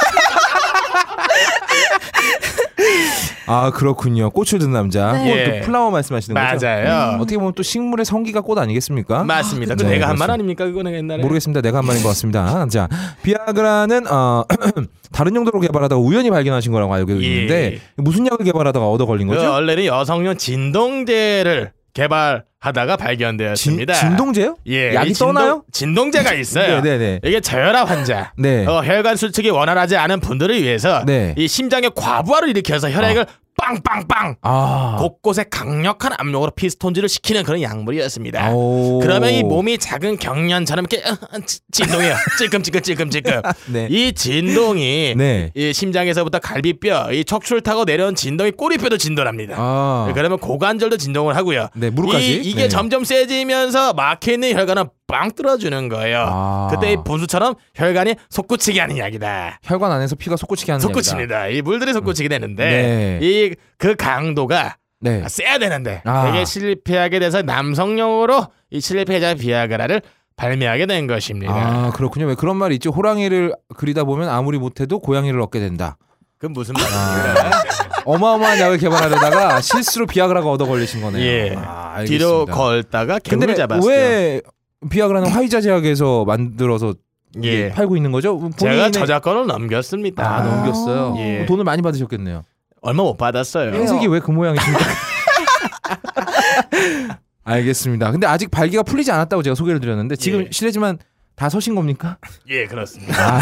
Speaker 2: 아, 그렇군요. 꽃을 든 남자.
Speaker 1: 네.
Speaker 2: 꽃,
Speaker 5: 예.
Speaker 2: 그 플라워 말씀하시는 거죠? 음,
Speaker 5: 맞아요.
Speaker 2: 어떻게 보면 또 식물의 성기가 꽃 아니겠습니까?
Speaker 5: 맞습니다 그
Speaker 2: 네,
Speaker 5: 내가 한 말
Speaker 2: 그렇습니다.
Speaker 5: 아닙니까 그거는 옛날에
Speaker 2: 모르겠습니다. 내가 한 말인 것 같습니다. 자, 비아그라는 어, *clears throat* 다른 용도로 개발하다가 우연히 발견하신 거라고 알고
Speaker 5: 예.
Speaker 2: 있는데 무슨 약을 개발하다가 얻어 걸린
Speaker 5: 그
Speaker 2: 거죠?
Speaker 5: 원래는 여성용 진동제를 개발하다가
Speaker 2: 진,
Speaker 5: 발견되었습니다
Speaker 2: 진동제요?
Speaker 5: 예,
Speaker 2: 약이
Speaker 5: 이 진동-
Speaker 2: 떠나요?
Speaker 5: 진동제가 있어요.
Speaker 2: 네네네.
Speaker 5: 이게 저혈압 환자,
Speaker 2: *laughs* 네.
Speaker 5: 어, 혈관 수축이 원활하지 않은 분들을 위해서
Speaker 2: 네. 어.
Speaker 5: 이 심장에 과부하를 일으켜서 혈액을 빡 빵빵빵
Speaker 2: 아.
Speaker 5: 곳곳에 강력한 압력으로 피스톤질을 시키는 그런 약물이었습니다.
Speaker 2: 오.
Speaker 5: 그러면 이 몸이 작은 경련처럼 이렇게 어, 지- 진동해요. 찔끔찔끔 찔끔찔끔.
Speaker 2: *laughs* 네.
Speaker 5: 이 진동이
Speaker 2: 네.
Speaker 5: 이 심장에서부터 갈비뼈, 이 척추를 타고 내려온 진동이 꼬리뼈도 진동합니다.
Speaker 2: 아.
Speaker 5: 네, 그러면 고관절도 진동을 하고요.
Speaker 2: 네, 무릎까지?
Speaker 5: 이, 게
Speaker 2: 네.
Speaker 5: 점점 세지면서 막혀 있는 혈관을 빵 뚫어주는 거예요.
Speaker 2: 아.
Speaker 5: 그때 이 분수처럼 혈관이 솟구치게 하는 약이다.
Speaker 2: 혈관 안에서 피가 솟구치게 하는 약이다.
Speaker 5: 속구칩니다. 이 물들이 속구치게
Speaker 2: 네.
Speaker 5: 되는데 이 그 강도가
Speaker 2: 네.
Speaker 5: 세야 되는데
Speaker 2: 아.
Speaker 5: 되게 실패하게 돼서 남성용으로 이 실패자 비아그라를 발매하게 된 것입니다.
Speaker 2: 아 그렇군요. 왜 그런 말이 있죠? 호랑이를 그리다 보면 아무리 못해도 고양이를 얻게 된다.
Speaker 5: 그건 무슨
Speaker 2: 아.
Speaker 5: 말입니까?
Speaker 2: 어마어마한 약을
Speaker 5: *laughs*
Speaker 2: 개발하려다가 실수로 비아그라가 얻어 걸리신 거네요.
Speaker 5: 예.
Speaker 2: 아, 알겠습니다.
Speaker 5: *laughs* 뒤로 걸다가 개를 잡았어요.
Speaker 2: 왜 비아그라는 화이자 제약에서 만들어서
Speaker 5: 예.
Speaker 2: 팔고 있는 거죠? 본인의
Speaker 5: 제가 저작권을 넘겼습니다.
Speaker 2: 아, 넘겼어요.
Speaker 5: 예.
Speaker 2: 돈을 많이 받으셨겠네요.
Speaker 5: 얼마 못 받았어요.
Speaker 2: 행색이 왜 그
Speaker 5: *laughs*
Speaker 2: 모양이십니까? *laughs* 알겠습니다. 근데 아직 발기가 풀리지 않았다고 제가 소개를 드렸는데 지금
Speaker 5: 예.
Speaker 2: 실례지만 다 서신
Speaker 5: *laughs*
Speaker 2: 겁니까?
Speaker 5: 예, 그렇습니다.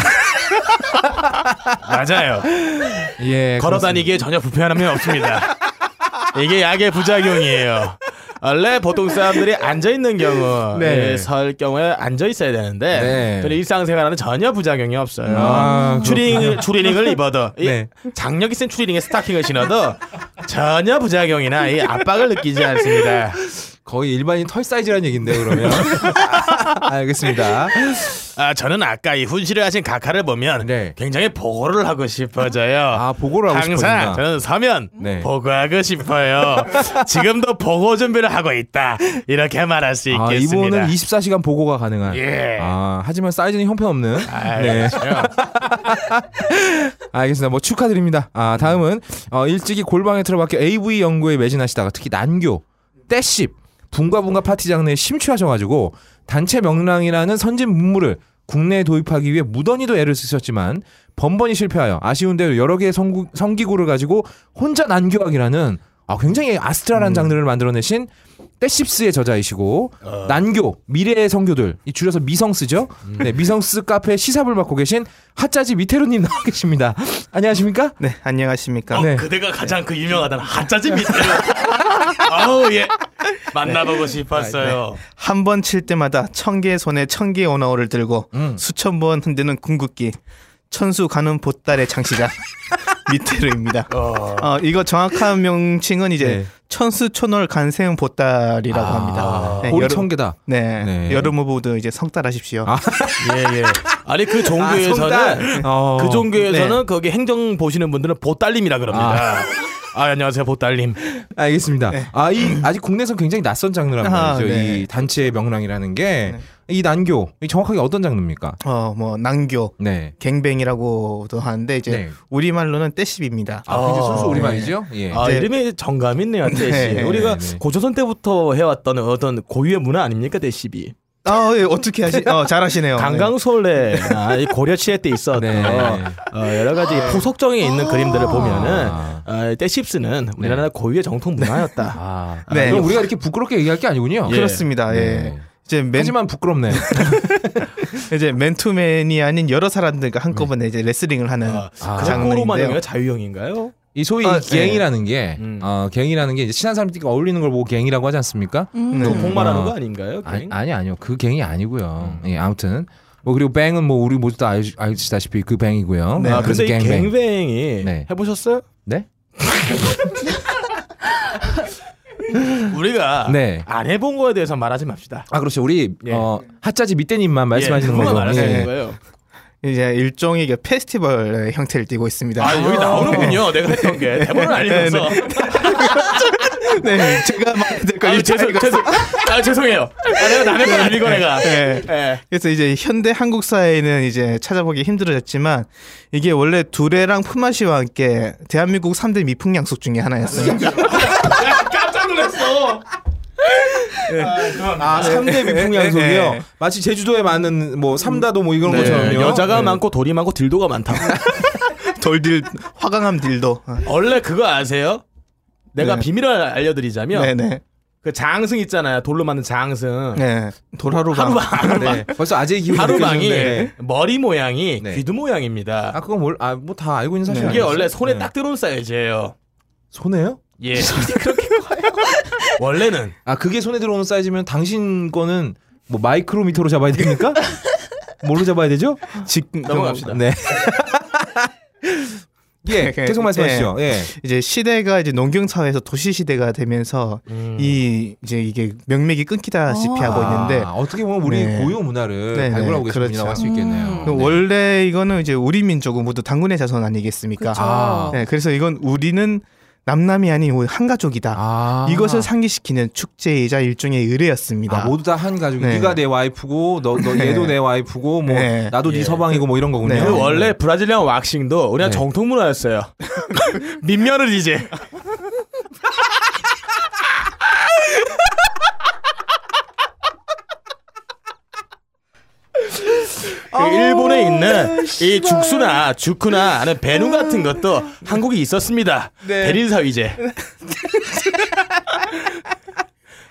Speaker 5: *laughs* 맞아요.
Speaker 2: 네, 예.
Speaker 5: 걸어다니기에 전혀 불편함이 없습니다. 이게 약의 부작용이에요. 원래 보통 사람들이 앉아 있는 경우,
Speaker 2: 네.
Speaker 5: 예, 설 경우에 앉아 있어야 되는데,
Speaker 2: 네.
Speaker 5: 저는 일상생활에는 전혀 부작용이 없어요.
Speaker 2: 아,
Speaker 5: 추리닝, 추리닝을 입어도, 이
Speaker 2: 네.
Speaker 5: 장력이 센 추리닝에 스타킹을 신어도 전혀 부작용이나 이 압박을 느끼지 않습니다.
Speaker 2: 거의 일반인 털 사이즈란 얘긴데
Speaker 5: *laughs*
Speaker 2: 그러면 *laughs* 알겠습니다.
Speaker 5: 아, 저는 아까 이 훈시를 하신 가카를 보면
Speaker 2: 네.
Speaker 5: 굉장히 보고를 하고 싶어져요.
Speaker 2: 아 보고를 하고
Speaker 5: 항상
Speaker 2: 싶었나?
Speaker 5: 저는 서면
Speaker 2: 네.
Speaker 5: 보고하고
Speaker 2: *laughs*
Speaker 5: 싶어요. 지금도 보고 준비를 하고 있다. 이렇게 말할 수
Speaker 2: 아
Speaker 5: 있겠습니다.
Speaker 2: 이분은 24시간 보고가 가능한.
Speaker 5: 예.
Speaker 2: 아 하지만 사이즈는 형편없는.
Speaker 5: 아이,
Speaker 2: 네.
Speaker 5: 그렇죠.
Speaker 2: 알겠습니다. 뭐 축하드립니다. 아 다음은 어, 일찍이 골방에 들어박혀 AV 연구에 매진하시다가 특히 난교, 떼씹, 붕가붕가 파티 장르에 심취하셔가지고 단체 명랑이라는 선진 문물을 국내에 도입하기 위해 무던히도 애를 쓰셨지만 번번이 실패하여 아쉬운 대로 여러 개의 성구, 성기구를 가지고 혼자 난교학이라는 아, 굉장히 아스트랄한 장르를 만들어내신 떼십스의 저자이시고 난교 미래의 성교들 이 줄여서 미성 쓰죠. 네 미성 스 카페 시사불 맡고 계신 핫짜지 미테루님 나와 계십니다. *laughs* 안녕하십니까?
Speaker 3: *laughs* 네, 안녕하십니까.
Speaker 5: 어,
Speaker 2: 네.
Speaker 5: 그대가 가장 그
Speaker 2: *laughs*
Speaker 5: 유명하다는 한자집니다. 아우
Speaker 2: 네.
Speaker 5: 예. 만나보고 싶었어요.
Speaker 3: 한 번 칠 때마다 천 개의 손에 천 개의 원어를 들고
Speaker 2: 음.
Speaker 3: 수천 번 흔드는 궁극기 천수 가는
Speaker 2: *laughs*
Speaker 3: 보따리 장시간 밑에로입니다. 어, 이거 정확한 명칭은 이제
Speaker 2: 네.
Speaker 3: 천수 촌월 간세음 보따리라고 합니다. 네,
Speaker 2: 오리
Speaker 3: 여름-
Speaker 2: 천 개다.
Speaker 3: 네,
Speaker 2: 네. 아.
Speaker 3: 여름 모두 이제 성딸하십시오.
Speaker 5: 예 예. 아니 그 종교에서는
Speaker 2: 어.
Speaker 5: 그 종교에서는 거기 행정 보시는 분들은 보딸님이라 그럽니다. 아, 안녕하세요 보딸님.
Speaker 2: 알겠습니다. 아, 이 아직 국내에서 굉장히 낯선 장르란
Speaker 3: 아,
Speaker 2: 말이죠.
Speaker 3: 네.
Speaker 2: 이 단체의 명랑이라는 게 이 난교 이 정확하게 어떤 장르입니까?
Speaker 3: 어, 뭐 난교,
Speaker 2: 네.
Speaker 3: 갱뱅이라고도 하는데 이제
Speaker 2: 네.
Speaker 3: 우리 말로는 떼십입니다.
Speaker 2: 아, 굉장히 순수
Speaker 5: 어,
Speaker 2: 우리말이죠. 예.
Speaker 5: 아,
Speaker 3: 네.
Speaker 5: 이름이 정감 있네요, 대시.
Speaker 3: 네.
Speaker 5: 우리가
Speaker 2: 네.
Speaker 5: 고조선 때부터 해왔던 어떤 고유의 문화 아닙니까, 대시비?
Speaker 3: 아, 예, 어떻게 하시?
Speaker 2: *laughs*
Speaker 3: 어, 잘하시네요.
Speaker 5: 강강솔레, 아, 이 고려시대 때 있었던
Speaker 2: 네. 아.
Speaker 5: 어, 여러 가지 포석정에 있는
Speaker 2: 네.
Speaker 5: 그림들을 보면은 어, 대시스는 우리나라 고유의 정통 문화였다.
Speaker 2: 아,
Speaker 3: 네.
Speaker 2: 그럼 우리가 이렇게 부끄럽게 얘기할 게 아니군요.
Speaker 3: 네. 그렇습니다. 예.
Speaker 2: 네.
Speaker 3: 이제 맨
Speaker 2: 하지만 부끄럽네.
Speaker 3: 이제 맨투맨이 아닌 여러 사람들과 한꺼번에 이제 레슬링을 하는
Speaker 2: 아.
Speaker 5: 그
Speaker 3: 장르인데요.
Speaker 5: 장르로만 하면 자유형인가요?
Speaker 2: 이 소위
Speaker 3: 아,
Speaker 2: 이 갱이라는 게,
Speaker 5: 음.
Speaker 2: 어, 갱이라는 게 이제 친한 사람들끼리 어울리는 걸 보고 갱이라고 하지 않습니까?
Speaker 3: 네.
Speaker 5: 복말하는
Speaker 2: 아.
Speaker 5: 거 아닌가요?
Speaker 2: 아니,
Speaker 5: 갱?
Speaker 2: 아니 아니요 그 갱이 아니고요. 예, 아무튼 뭐 그리고 뱅은 뭐 우리 모두 다 알- 알시다시피 그 뱅이고요.
Speaker 5: 아, 근데 이
Speaker 2: 뱅.
Speaker 5: 갱뱅이
Speaker 2: 네.
Speaker 5: 해보셨어요?
Speaker 2: 네?
Speaker 5: 우리가
Speaker 2: 네.
Speaker 5: 안 해본 거에 대해서 말하지 맙시다.
Speaker 2: 아 그렇죠 우리
Speaker 5: 예.
Speaker 2: 어, 핫자지 밑대님만 말씀하시는
Speaker 5: 예, 그거만
Speaker 2: 거고.
Speaker 5: 말하시는
Speaker 2: 예.
Speaker 5: 거예요.
Speaker 3: 이제 일종의 이게 페스티벌의 형태를 띠고
Speaker 2: 네.
Speaker 3: 있습니다.
Speaker 5: 아 여기 나오는군요. 내가 했던 게 대본을 알려서.
Speaker 3: *laughs* 네, 제가 말해야 될거
Speaker 5: 아 죄송 죄송. 아 죄송해요. 아, 내가 남의 건 아니고 내가.
Speaker 3: 네.
Speaker 5: 예.
Speaker 3: 그래서 이제 현대 한국 사회는 이제 찾아보기 힘들어졌지만 이게 원래 두레랑 품앗이와 함께 대한민국 3대 미풍 양속 중에 하나였어요.
Speaker 5: 깜짝 놀랐어.
Speaker 2: 아
Speaker 5: 예.
Speaker 2: 3대 미풍 양속이요.
Speaker 3: 네.
Speaker 2: 마치 제주도에 많은 뭐 삼다도 뭐 이런
Speaker 5: 네.
Speaker 2: 것처럼요.
Speaker 5: 여자가 많고 돌이 많고 딜도가 많다.
Speaker 3: 네. 돌딜 화강암 딜도. 아,
Speaker 5: *laughs* 원래 그거 아세요? 내가
Speaker 3: 네.
Speaker 5: 비밀을 알려드리자면
Speaker 3: 네네.
Speaker 5: 그 장승 있잖아요. 돌로 만든 장승.
Speaker 3: 네. 돌하루방.
Speaker 5: 하루방 네.
Speaker 2: 네. 벌써 아재의 기운이 그렇죠.
Speaker 5: 하루방이
Speaker 2: 느껴지는데.
Speaker 5: 머리 모양이
Speaker 2: 네.
Speaker 5: 귀두 모양입니다.
Speaker 2: 아 그건 뭘아뭐 다 알고 있는 사실.
Speaker 5: 그게
Speaker 2: 아니겠어요?
Speaker 5: 네. 원래 손에
Speaker 2: 네.
Speaker 5: 딱 들어온 사이즈예요.
Speaker 4: 손해요?
Speaker 5: *laughs* 예. 그렇게 *laughs* 원래는
Speaker 2: 아 그게 손에 들어오는 사이즈면 당신 거는 뭐 마이크로미터로 잡아야
Speaker 5: *laughs*
Speaker 2: 됩니까? 뭘로 잡아야 되죠?
Speaker 4: 직
Speaker 5: 음, 넘어갑시다.
Speaker 2: 네.
Speaker 5: 네.
Speaker 2: 예, 계속 말씀하시죠. 예.
Speaker 3: 이제 시대가 이제 농경 사회에서 도시 시대가 되면서
Speaker 5: 음.
Speaker 2: 음.
Speaker 3: 이 이제 이게 명맥이 끊기다시피 하고 있는데
Speaker 2: 아, 어떻게 보면 우리
Speaker 3: 네.
Speaker 2: 고유 문화를
Speaker 3: 네, 네,
Speaker 2: 발굴하고 계십니다고
Speaker 3: 그렇죠.
Speaker 2: 할 수 있겠네요.
Speaker 5: 음.
Speaker 3: 그 원래 이거는 이제 우리 민족은 모두 당군의 자손 아니겠습니까?
Speaker 1: 그쵸.
Speaker 2: 아.
Speaker 3: 네, 그래서 이건 우리는 남남이 아닌 우리 한 가족이다.
Speaker 2: 아.
Speaker 3: 이것을 상기시키는 축제이자 일종의 의례였습니다.
Speaker 2: 아, 모두 다 한 가족이
Speaker 3: 네.
Speaker 2: 네가 내 와이프고 너, 너 얘도 내 와이프고 뭐
Speaker 3: 네.
Speaker 2: 나도 네
Speaker 5: 예.
Speaker 2: 서방이고 뭐 이런 거군요.
Speaker 3: 네.
Speaker 5: 그 원래 브라질리안 왁싱도 우리나라
Speaker 2: 네.
Speaker 5: 정통 문화였어요. *laughs* 밑면을
Speaker 2: *laughs*
Speaker 5: 이제 그 일본에
Speaker 2: 어,
Speaker 5: 있는 이 죽수나 주크나 하는 배누 같은 것도 한국에 있었습니다.
Speaker 2: 네. *laughs*
Speaker 5: 대린사위제.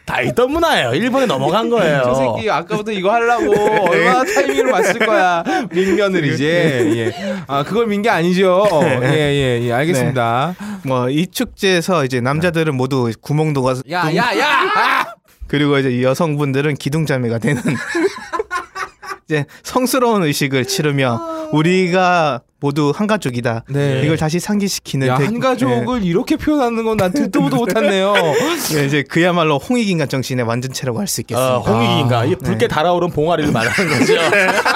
Speaker 5: 다 있던 문화예요. 일본에 넘어간 거예요.
Speaker 2: 저 새끼 아까부터 이거
Speaker 3: *laughs*
Speaker 2: 하려고
Speaker 3: 네.
Speaker 2: 얼마나 타이밍을 맞을 거야 민면을 이제 예. 아 그걸 민 게 아니죠
Speaker 3: 네.
Speaker 2: 예예예 알겠습니다
Speaker 5: 네.
Speaker 3: 뭐 이 축제에서 이제 남자들은 모두 구멍도가
Speaker 2: 야 야, 야!
Speaker 3: 그리고 이제 여성분들은 기둥자매가 되는 *laughs* 이제 성스러운 의식을 치르며 우리가 모두 한 가족이다.
Speaker 2: 네.
Speaker 3: 이걸 다시 상기시키는 네.
Speaker 2: 야,
Speaker 3: 되게-
Speaker 2: 한 가족을 이렇게 표현하는 건 난 듣도 보도
Speaker 3: *laughs*
Speaker 2: 못했네요.
Speaker 3: 네, 네, 이제 그야말로 홍익인간 정신의 완전체라고 할 수 있겠습니다.
Speaker 5: 어, 홍익인가 이 붉게 달아오른 봉아리를 말하는 거죠.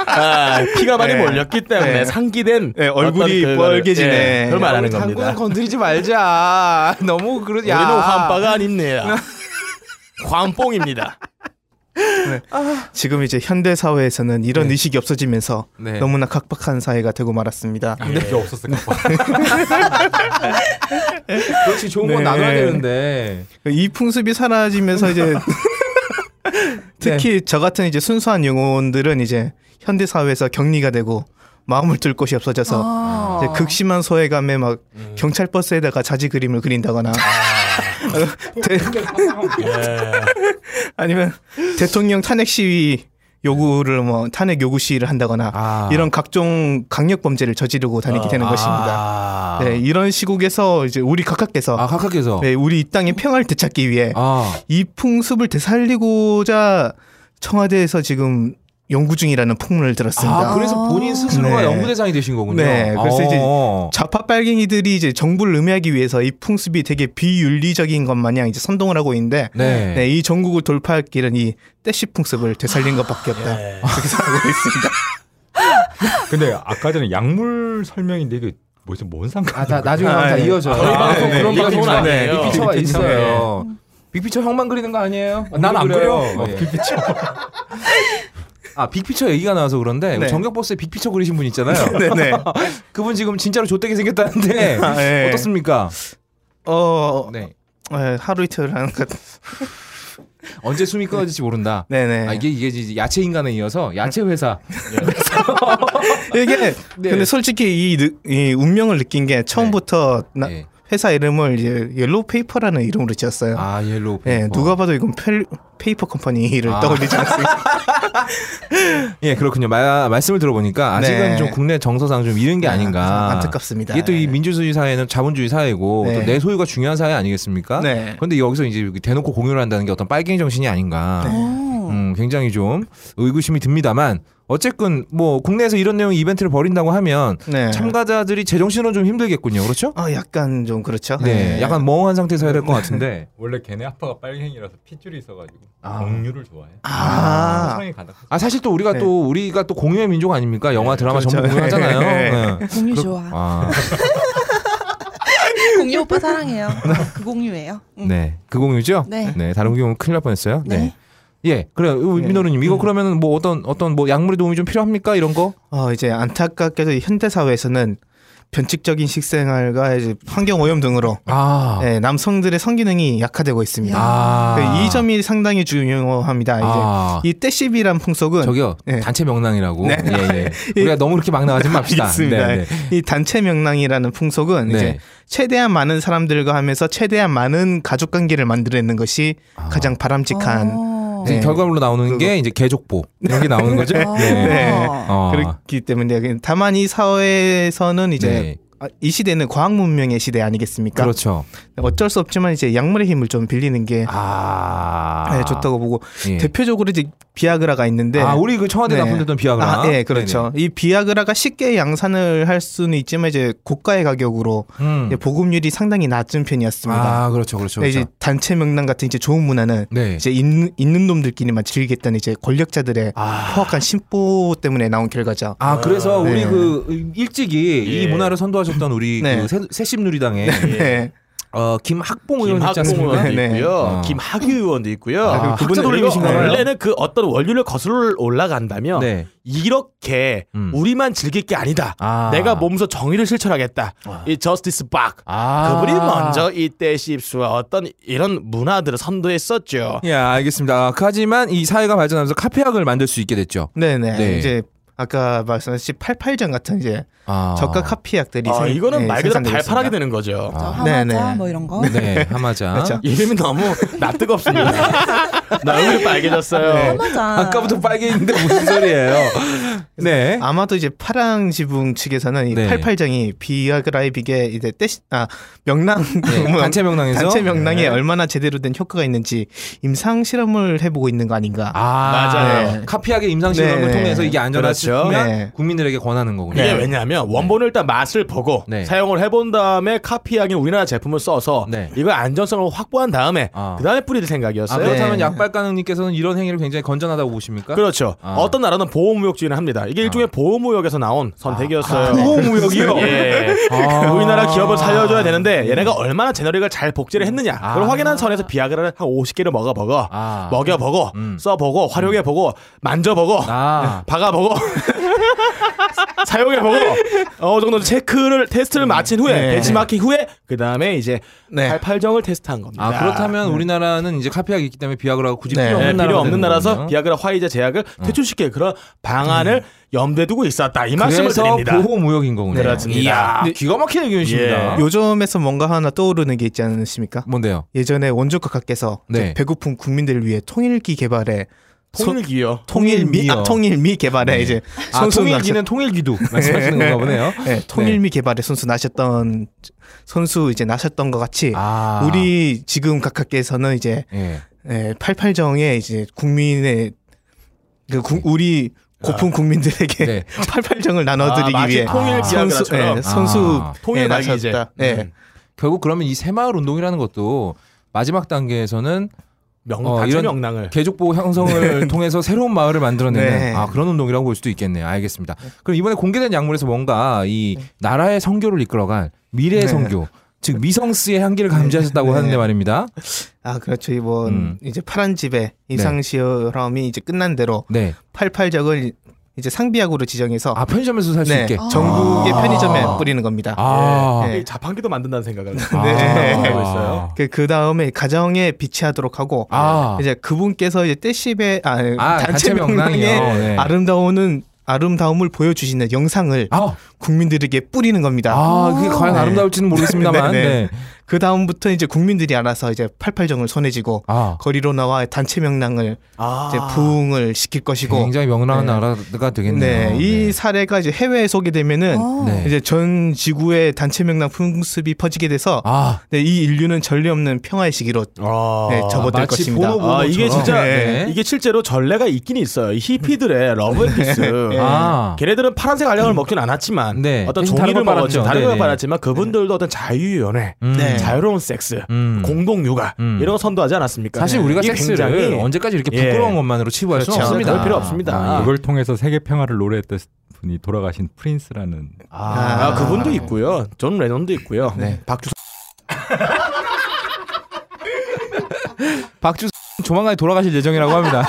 Speaker 5: 아, 피가 많이
Speaker 3: 네.
Speaker 5: 몰렸기 때문에
Speaker 3: 네.
Speaker 5: 상기된
Speaker 3: 네, 얼굴이
Speaker 5: 어떤 결과를,
Speaker 3: 뻘개지네.
Speaker 5: 예, 그걸 말하는
Speaker 2: 당구는
Speaker 5: 겁니다.
Speaker 2: 건드리지 말자. *laughs* 너무 그러지.
Speaker 5: 우리는 환빠가 아닙니다. 광뽕입니다.
Speaker 3: 아, 지금 이제 현대 사회에서는 이런 의식이 없어지면서
Speaker 2: 네.
Speaker 3: 너무나 각박한 사회가 되고 말았습니다.
Speaker 5: 아, 예.
Speaker 8: 이게 없었을까 봐.
Speaker 2: 그렇지 좋은 건
Speaker 3: 네.
Speaker 2: 나눠야 되는데.
Speaker 3: 그 이 풍습이 사라지면서
Speaker 5: *laughs*
Speaker 3: 이제 *laughs* 특히
Speaker 5: 네.
Speaker 3: 저 같은 이제 순수한 영혼들은 이제 현대 사회에서 격리가 되고 마음을 둘 곳이 없어져서
Speaker 1: 아.
Speaker 3: 이제 극심한 소외감에 막
Speaker 5: 음.
Speaker 3: 경찰 버스에다가 자지 그림을 그린다거나 대-
Speaker 8: 네.
Speaker 3: 아니면 대통령 탄핵 시위 요구를 뭐 탄핵 요구 시위를 한다거나
Speaker 2: 아.
Speaker 3: 이런 각종 강력 범죄를 저지르고 다니게 되는 것입니다.
Speaker 2: 아,
Speaker 3: 네, 이런 시국에서 이제 우리 각각께서
Speaker 2: 아 각각께서.
Speaker 3: 네, 우리 이 땅의 평화를 되찾기 위해
Speaker 2: 아,
Speaker 3: 이 풍습을 되살리고자 청와대에서 지금 연구 중이라는 풍문을 들었습니다.
Speaker 2: 아 그래서 본인 스스로가
Speaker 3: 네.
Speaker 2: 연구 대상이 되신 거군요.
Speaker 3: 네, 그래서 이제
Speaker 2: 어.
Speaker 3: 좌파 빨갱이들이 이제 정부를 음해하기 위해서 이 풍습이 되게 비윤리적인 것 마냥 이제 선동을 하고 있는데
Speaker 2: 네.
Speaker 3: 네, 이 전국을 돌파할 길은 이 떼씨 풍습을 되살린 것밖에 없다.
Speaker 2: 네.
Speaker 3: 그렇게 생각하고 있습니다.
Speaker 8: 근데 아까 전에 약물 설명인데 이게 뭐지 뭔 상관?
Speaker 2: 아, 다 나중에 하면 다
Speaker 3: 네.
Speaker 2: 이어져.
Speaker 5: 저희 방송
Speaker 2: 그런
Speaker 5: 그런 방송은
Speaker 2: 방송
Speaker 5: 아니에요.
Speaker 2: 빅피처가
Speaker 5: 빅피처.
Speaker 2: 있어요. 빅피처 형만 그리는 거 아니에요? 난 안 그려. 어, 빅피처. 아 빅피처 얘기가 나와서 그런데
Speaker 3: 네.
Speaker 2: 전격버스에 빅피처 그리신 분 있잖아요.
Speaker 3: *laughs* 네네.
Speaker 2: 그분 지금 진짜로 좆되게 생겼다는데
Speaker 3: 아, *laughs* 네.
Speaker 2: 어떻습니까?
Speaker 3: 어,
Speaker 2: 네.
Speaker 3: 네, 하루 이틀 하는 것.
Speaker 2: 언제 숨이 끊어질지 모른다.
Speaker 3: 네네.
Speaker 2: 아, 이게 이게 이제 야채 인간에 이어서 야채
Speaker 3: 네.
Speaker 2: 회사. *laughs*
Speaker 3: 이게
Speaker 2: 네.
Speaker 3: 근데 솔직히 이, 느- 이 운명을 느낀 게 처음부터 나-
Speaker 2: 네.
Speaker 3: 회사 이름을 이제 옐로우 페이퍼라는 이름으로 지었어요.
Speaker 2: 아 옐로우.
Speaker 3: 네,
Speaker 2: 페이퍼.
Speaker 3: 누가 봐도 이건 펠- 페이퍼 컴퍼니를
Speaker 2: 아.
Speaker 3: 떠올리지 않습니다.
Speaker 2: 예 그렇군요. 마, 말씀을 들어보니까 아직은
Speaker 3: 네.
Speaker 2: 좀 국내 정서상 좀 이른 게 아닌가.
Speaker 3: 안타깝습니다.
Speaker 2: 이게 또 이 민주주의 사회는 자본주의 사회고
Speaker 3: 네.
Speaker 2: 또 내 소유가 중요한 사회 아니겠습니까?
Speaker 3: 네.
Speaker 2: 그런데 여기서 이제 대놓고 공유를 한다는 게 어떤 빨갱이 정신이 아닌가.
Speaker 1: 어.
Speaker 3: 네.
Speaker 2: 음, 굉장히 좀 의구심이 듭니다만 어쨌건 뭐 국내에서 이런 내용 이벤트를 벌인다고 하면
Speaker 3: 네.
Speaker 2: 참가자들이 제정신으로 좀 힘들겠군요. 그렇죠?
Speaker 3: 아, 약간 좀 그렇죠.
Speaker 2: 네. 약간 멍한 상태에서 해야 될 것 같은데.
Speaker 8: *laughs* 원래 걔네 아빠가 빨갱이라서 핏줄이 있어가지고 공유를 좋아해.
Speaker 3: 아.
Speaker 8: 성이 네, 가득.
Speaker 2: 아 사실 또 우리가
Speaker 3: 네.
Speaker 2: 또 우리가 또 공유의 민족 아닙니까? 영화 드라마
Speaker 3: 그렇죠.
Speaker 2: 전부 공유하잖아요. 네.
Speaker 1: 공유 좋아.
Speaker 2: 아,
Speaker 1: 공유 오빠 사랑해요. 그 공유예요. 음.
Speaker 2: 네. 그 공유죠?
Speaker 1: 네.
Speaker 2: 다른 공유 큰일 날 뻔했어요. 네.
Speaker 1: 네.
Speaker 2: 예, 그래요.
Speaker 3: 네.
Speaker 2: 민호루님 이거 그러면은 뭐 어떤 어떤 뭐 약물의 도움이 좀 필요합니까 이런 거?
Speaker 3: 어, 이제 안타깝게도 현대 사회에서는 변칙적인 식생활과 이제 환경 오염 등으로
Speaker 2: 아,
Speaker 3: 네, 남성들의 성기능이 약화되고 있습니다.
Speaker 2: 아,
Speaker 3: 그 이 점이 상당히 중요합니다. 이제
Speaker 2: 아.
Speaker 3: 이 떼씹이란 풍속은
Speaker 2: 저기요
Speaker 3: 네.
Speaker 2: 단체 명랑이라고.
Speaker 3: 네. *laughs*
Speaker 2: 예, 예. 우리가 너무 그렇게 막 나가지 맙시다.
Speaker 3: 알겠습니다.
Speaker 2: 네, 네.
Speaker 3: 이 단체 명랑이라는 풍속은
Speaker 2: 네.
Speaker 3: 이제 최대한 많은 사람들과 하면서 최대한 많은 가족 관계를 만들어낸 것이
Speaker 2: 아.
Speaker 3: 가장 바람직한
Speaker 1: 어.
Speaker 2: 이제
Speaker 3: 네.
Speaker 2: 결과물로 나오는 게 이제 개족보 이런 게 나오는 거죠.
Speaker 1: 아.
Speaker 2: 네.
Speaker 3: 네.
Speaker 2: 어.
Speaker 3: 그렇기 때문에 다만 이 사회에서는 이제
Speaker 2: 네.
Speaker 3: 아, 이 시대는 과학 문명의 시대 아니겠습니까?
Speaker 2: 그렇죠.
Speaker 3: 어쩔 수 없지만 이제 약물의 힘을 좀 빌리는 게
Speaker 2: 아
Speaker 3: 네, 좋다고 보고
Speaker 2: 예.
Speaker 3: 대표적으로 이제 비아그라가 있는데
Speaker 2: 아 우리 그 청와대
Speaker 3: 네.
Speaker 2: 납품됐던 비아그라.
Speaker 3: 아, 예, 그렇죠. 이 비아그라가 쉽게 양산을 할 수는 있지만 이제 고가의 가격으로
Speaker 2: 네네. 음.
Speaker 3: 이제 보급률이 상당히 낮은 편이었습니다.
Speaker 2: 아 그렇죠, 그렇죠.
Speaker 3: 예, 네, 이제
Speaker 2: 그렇죠.
Speaker 3: 단체 명랑 같은 이제 좋은 문화는
Speaker 2: 네.
Speaker 3: 이제 있는, 있는 놈들끼리만 즐기겠다는 이제 권력자들의
Speaker 2: 아.
Speaker 3: 포악한 심보 때문에 나온 결과죠.
Speaker 2: 아 그래서 우리
Speaker 3: 네.
Speaker 2: 그 일찍이 이
Speaker 5: 예.
Speaker 2: 문화를 선도하셨던 우리
Speaker 3: 네.
Speaker 2: 그 새- 새심누리당의
Speaker 3: 네.
Speaker 2: 어 김학봉 의원 있지
Speaker 5: 김학봉
Speaker 2: 않습니까?
Speaker 5: 의원도
Speaker 3: 네, 네.
Speaker 5: 있고요,
Speaker 2: 어.
Speaker 5: 김학유 의원도 있고요.
Speaker 2: 아, 그럼
Speaker 5: 그분은
Speaker 2: 학자 돌림이신가요?
Speaker 5: 그리고 원래는 그 어떤 원류를 거슬러 올라간다면
Speaker 2: 네.
Speaker 5: 이렇게
Speaker 2: 음.
Speaker 5: 우리만 즐길 게 아니다.
Speaker 2: 아.
Speaker 5: 내가 몸소 정의를 실천하겠다. 이 저스티스 박.
Speaker 2: 아.
Speaker 5: 그분이 먼저 이때 십수와 어떤 이런 문화들을 선도했었죠.
Speaker 2: 예, 알겠습니다. 하지만 이 사회가 발전하면서 카페학을 만들 수 있게 됐죠.
Speaker 3: 네네.
Speaker 2: 네.
Speaker 3: 이제 아까 말씀하신 88전 같은 이제
Speaker 2: 아.
Speaker 3: 저가 카피약들이
Speaker 5: 아,
Speaker 3: 생-
Speaker 5: 이거는
Speaker 3: 네,
Speaker 5: 말 그대로
Speaker 3: 생산되고
Speaker 5: 발팔하게
Speaker 3: 있습니다.
Speaker 5: 되는 거죠.
Speaker 1: 저
Speaker 3: 네,
Speaker 1: 하마자
Speaker 3: 네.
Speaker 1: 뭐 이런 거.
Speaker 2: 네, 하마자.
Speaker 3: *laughs* 그렇죠.
Speaker 5: 이름이 너무 나 뜨겁습니다. 네. 나 얼굴이 빨개졌어요.
Speaker 1: 하마자.
Speaker 2: 아까부터 빨개인데 무슨 *laughs* 소리예요? 네.
Speaker 3: 아마도 이제 파랑 지붕 측에서는 이
Speaker 2: 네.
Speaker 3: 88장이 비아그라에 비게 이제 떼시 아뭐 명랑 *laughs*
Speaker 2: 네, 단체 명랑에서 네.
Speaker 3: 단체 명랑에 얼마나 제대로 된 효과가 있는지 임상 실험을 해보고 있는 거 아닌가.
Speaker 2: 아,
Speaker 5: 맞아요.
Speaker 2: 네. 카피학의 임상 실험을
Speaker 3: 네, 네.
Speaker 2: 통해서 이게 안전하면
Speaker 5: 그렇죠. 네.
Speaker 3: 네.
Speaker 2: 국민들에게 권하는 거군요.
Speaker 5: 이게 왜냐하면 원본을 일단 맛을 보고
Speaker 2: 네.
Speaker 5: 사용을 해본 다음에 카피하긴 우리나라 제품을 써서
Speaker 2: 네.
Speaker 5: 이걸 안전성을 확보한 다음에
Speaker 2: 아.
Speaker 5: 그 다음에 뿌릴
Speaker 2: 아,
Speaker 5: 생각이었어요.
Speaker 2: 그렇다면
Speaker 3: 네.
Speaker 2: 약발가능님께서는 이런 행위를 굉장히 건전하다고 보십니까?
Speaker 5: 그렇죠.
Speaker 2: 아.
Speaker 5: 어떤 나라는 보호무역주의를 합니다. 이게 일종의 보호무역에서 나온 선택이었어요.
Speaker 2: 아. 보호무역이요?
Speaker 5: *laughs* 예.
Speaker 2: 아. 음.
Speaker 5: 우리나라 기업을 살려줘야 되는데 얘네가 얼마나 제너릭을 잘 복제를 했느냐 그걸 확인한 선에서 비아그라를 한 50개를 먹어보고
Speaker 2: 아.
Speaker 5: 먹여보고
Speaker 2: 음.
Speaker 5: 써보고 활용해보고 만져보고
Speaker 2: 아.
Speaker 5: 박아보고 *laughs* 사용해보고 어느 그 정도 체크를
Speaker 2: 음.
Speaker 5: 테스트를 마친 후에
Speaker 3: 네.
Speaker 5: 벤치마킹 후에 그 다음에 이제
Speaker 3: 네.
Speaker 5: 88정을 테스트한 겁니다.
Speaker 2: 아, 그렇다면 우리나라는 이제 카피학이 있기 때문에 비아그라가 굳이
Speaker 3: 네.
Speaker 2: 필요 어.
Speaker 5: 네,
Speaker 2: 없는 나라
Speaker 5: 필요 없는 나라서 비아그라 화이자 제약을 퇴출시킬 그런 방안을 염두에 두고 있었다 이
Speaker 2: 음.
Speaker 5: 말씀을
Speaker 2: 그래서
Speaker 5: 드립니다.
Speaker 2: 보호무역인 거군요.
Speaker 5: 그렇습니다.
Speaker 2: 이야,
Speaker 5: 근데-
Speaker 2: 기가 막힌 의견이십니다.
Speaker 3: 예. 요즘에서 뭔가 하나 떠오르는 게 있지 않습니까?
Speaker 2: 뭔데요?
Speaker 3: 예전에 원조각하께서 이제
Speaker 2: 네.
Speaker 3: 배고픈 국민들을 위해 통일기 개발에
Speaker 5: 통일기요.
Speaker 3: 통일미
Speaker 2: 통일미요.
Speaker 3: 아, 통일미 개발에 이제
Speaker 2: 아,
Speaker 3: 손수
Speaker 2: 통일기는 통일기도 말씀하시는 건가 보네요.
Speaker 3: 네, 통일미 개발에 선수 나셨던 선수 이제 나셨던 것 같이
Speaker 2: 아,
Speaker 3: 예. 우리 지금 각하께서는 이제
Speaker 2: 예.
Speaker 3: 예, 88정에 이제 국민의 그 구- 우리 고픈 국민들에게 *laughs*
Speaker 2: 네.
Speaker 3: 88정을 나눠드리기
Speaker 5: 아, 마치
Speaker 3: 위해
Speaker 5: 통일
Speaker 3: 선수
Speaker 5: 비아그라처럼.
Speaker 3: 예, 선수
Speaker 2: 아.
Speaker 5: 통일
Speaker 3: 예,
Speaker 5: 낙이 이제.
Speaker 3: 나셨다.
Speaker 2: 네.
Speaker 3: 예.
Speaker 5: 음.
Speaker 2: 결국 그러면 이 새마을 운동이라는 것도 마지막 단계에서는
Speaker 3: 네.
Speaker 5: 명
Speaker 2: 어,
Speaker 5: 단체
Speaker 2: 이런-
Speaker 5: 명랑을
Speaker 2: 개족보호
Speaker 3: *laughs*
Speaker 2: 형성을 통해서 새로운 마을을 만들어내는
Speaker 3: 네.
Speaker 2: 아, 그런 운동이라고 볼 수도 있겠네요. 알겠습니다. 그럼 이번에 공개된 약물에서 뭔가 이 나라의 선교를 이끌어갈 미래의
Speaker 3: 네.
Speaker 2: 선교, 즉 미성스의 향기를 감지하셨다고
Speaker 3: 네.
Speaker 2: 하는데 말입니다.
Speaker 3: 아 그렇죠 이번
Speaker 2: 음.
Speaker 3: 이제 파란 집에 임상 실험이 이제 끝난 대로
Speaker 2: 네.
Speaker 3: 88정을 이제 상비약으로 지정해서
Speaker 2: 아 편의점에서 살 수
Speaker 3: 네,
Speaker 2: 있게.
Speaker 3: 전국의
Speaker 2: 아.
Speaker 3: 편의점에 뿌리는 겁니다.
Speaker 2: 아.
Speaker 3: 예.
Speaker 5: 네. 자판기도 만든다는 생각을
Speaker 3: 네.
Speaker 5: 하고 아. 있어요.
Speaker 3: 그 다음에 가정에 비치하도록 하고
Speaker 2: 아.
Speaker 3: 이제 그분께서 이제 떼십의 아,
Speaker 2: 아, 단체
Speaker 3: 단체
Speaker 2: 명랑이요.
Speaker 3: 명랑의
Speaker 2: 네.
Speaker 3: 아름다움은 아름다움을 보여주시는 영상을
Speaker 2: 아,
Speaker 3: 국민들에게 뿌리는 겁니다.
Speaker 2: 아, 그게 과연
Speaker 3: 네.
Speaker 2: 아름다울지는 모르겠습니다만.
Speaker 3: 네,
Speaker 2: 네.
Speaker 3: 네. 그 다음부터 이제 국민들이 알아서 이제 팔팔정을 손에 쥐고
Speaker 2: 아,
Speaker 3: 거리로 나와 단체 명랑을
Speaker 5: 아.
Speaker 3: 이제 부흥을 시킬 것이고
Speaker 2: 굉장히 명랑한
Speaker 3: 네.
Speaker 2: 나라가 아, 되겠네요.
Speaker 3: 네, 이 사례가 이제 해외에 소개되면은
Speaker 1: 어.
Speaker 2: 네.
Speaker 3: 이제 전 지구에 단체 명랑 풍습이 퍼지게 돼서
Speaker 2: 아,
Speaker 3: 네, 이 인류는 전례 없는 평화의 시기로
Speaker 5: 아.
Speaker 3: 네, 접어들
Speaker 2: 마치
Speaker 3: 것입니다.
Speaker 2: 보노보노
Speaker 5: 아, 이게 진짜
Speaker 2: 네.
Speaker 5: 이게 실제로 전례가 있긴 있어요. 이 히피들의 러브앤피스. 음.
Speaker 2: 아,
Speaker 5: 걔네들은 파란색 알약을 먹진 않았지만
Speaker 2: 네.
Speaker 5: 어떤
Speaker 2: 대신 다른
Speaker 5: 종이를
Speaker 2: 걸
Speaker 5: 먹었죠.
Speaker 2: 빨았죠.
Speaker 5: 다른 걸
Speaker 2: 네네.
Speaker 5: 빨았지만 그분들도 어떤 자유연애,
Speaker 2: 음.
Speaker 3: 네.
Speaker 5: 자유로운 섹스,
Speaker 2: 음.
Speaker 5: 공동육아
Speaker 2: 음.
Speaker 5: 이런 거 선도하지 않았습니까?
Speaker 2: 사실
Speaker 5: 네.
Speaker 2: 우리가
Speaker 5: 이게
Speaker 2: 섹스를
Speaker 5: 굉장히
Speaker 2: 언제까지 이렇게
Speaker 5: 예.
Speaker 2: 부끄러운 것만으로 치부할 수는
Speaker 3: 그렇죠.
Speaker 2: 없습니다.
Speaker 5: 그럴 필요 없습니다.
Speaker 2: 아,
Speaker 8: 이걸 통해서 세계 평화를 노래했던 분이 돌아가신 프린스라는
Speaker 5: 아,
Speaker 3: 아.
Speaker 5: 그분도 있고요. 존 레논도 있고요. 박주
Speaker 2: 박주 *laughs* 조만간 돌아가실 예정이라고 합니다.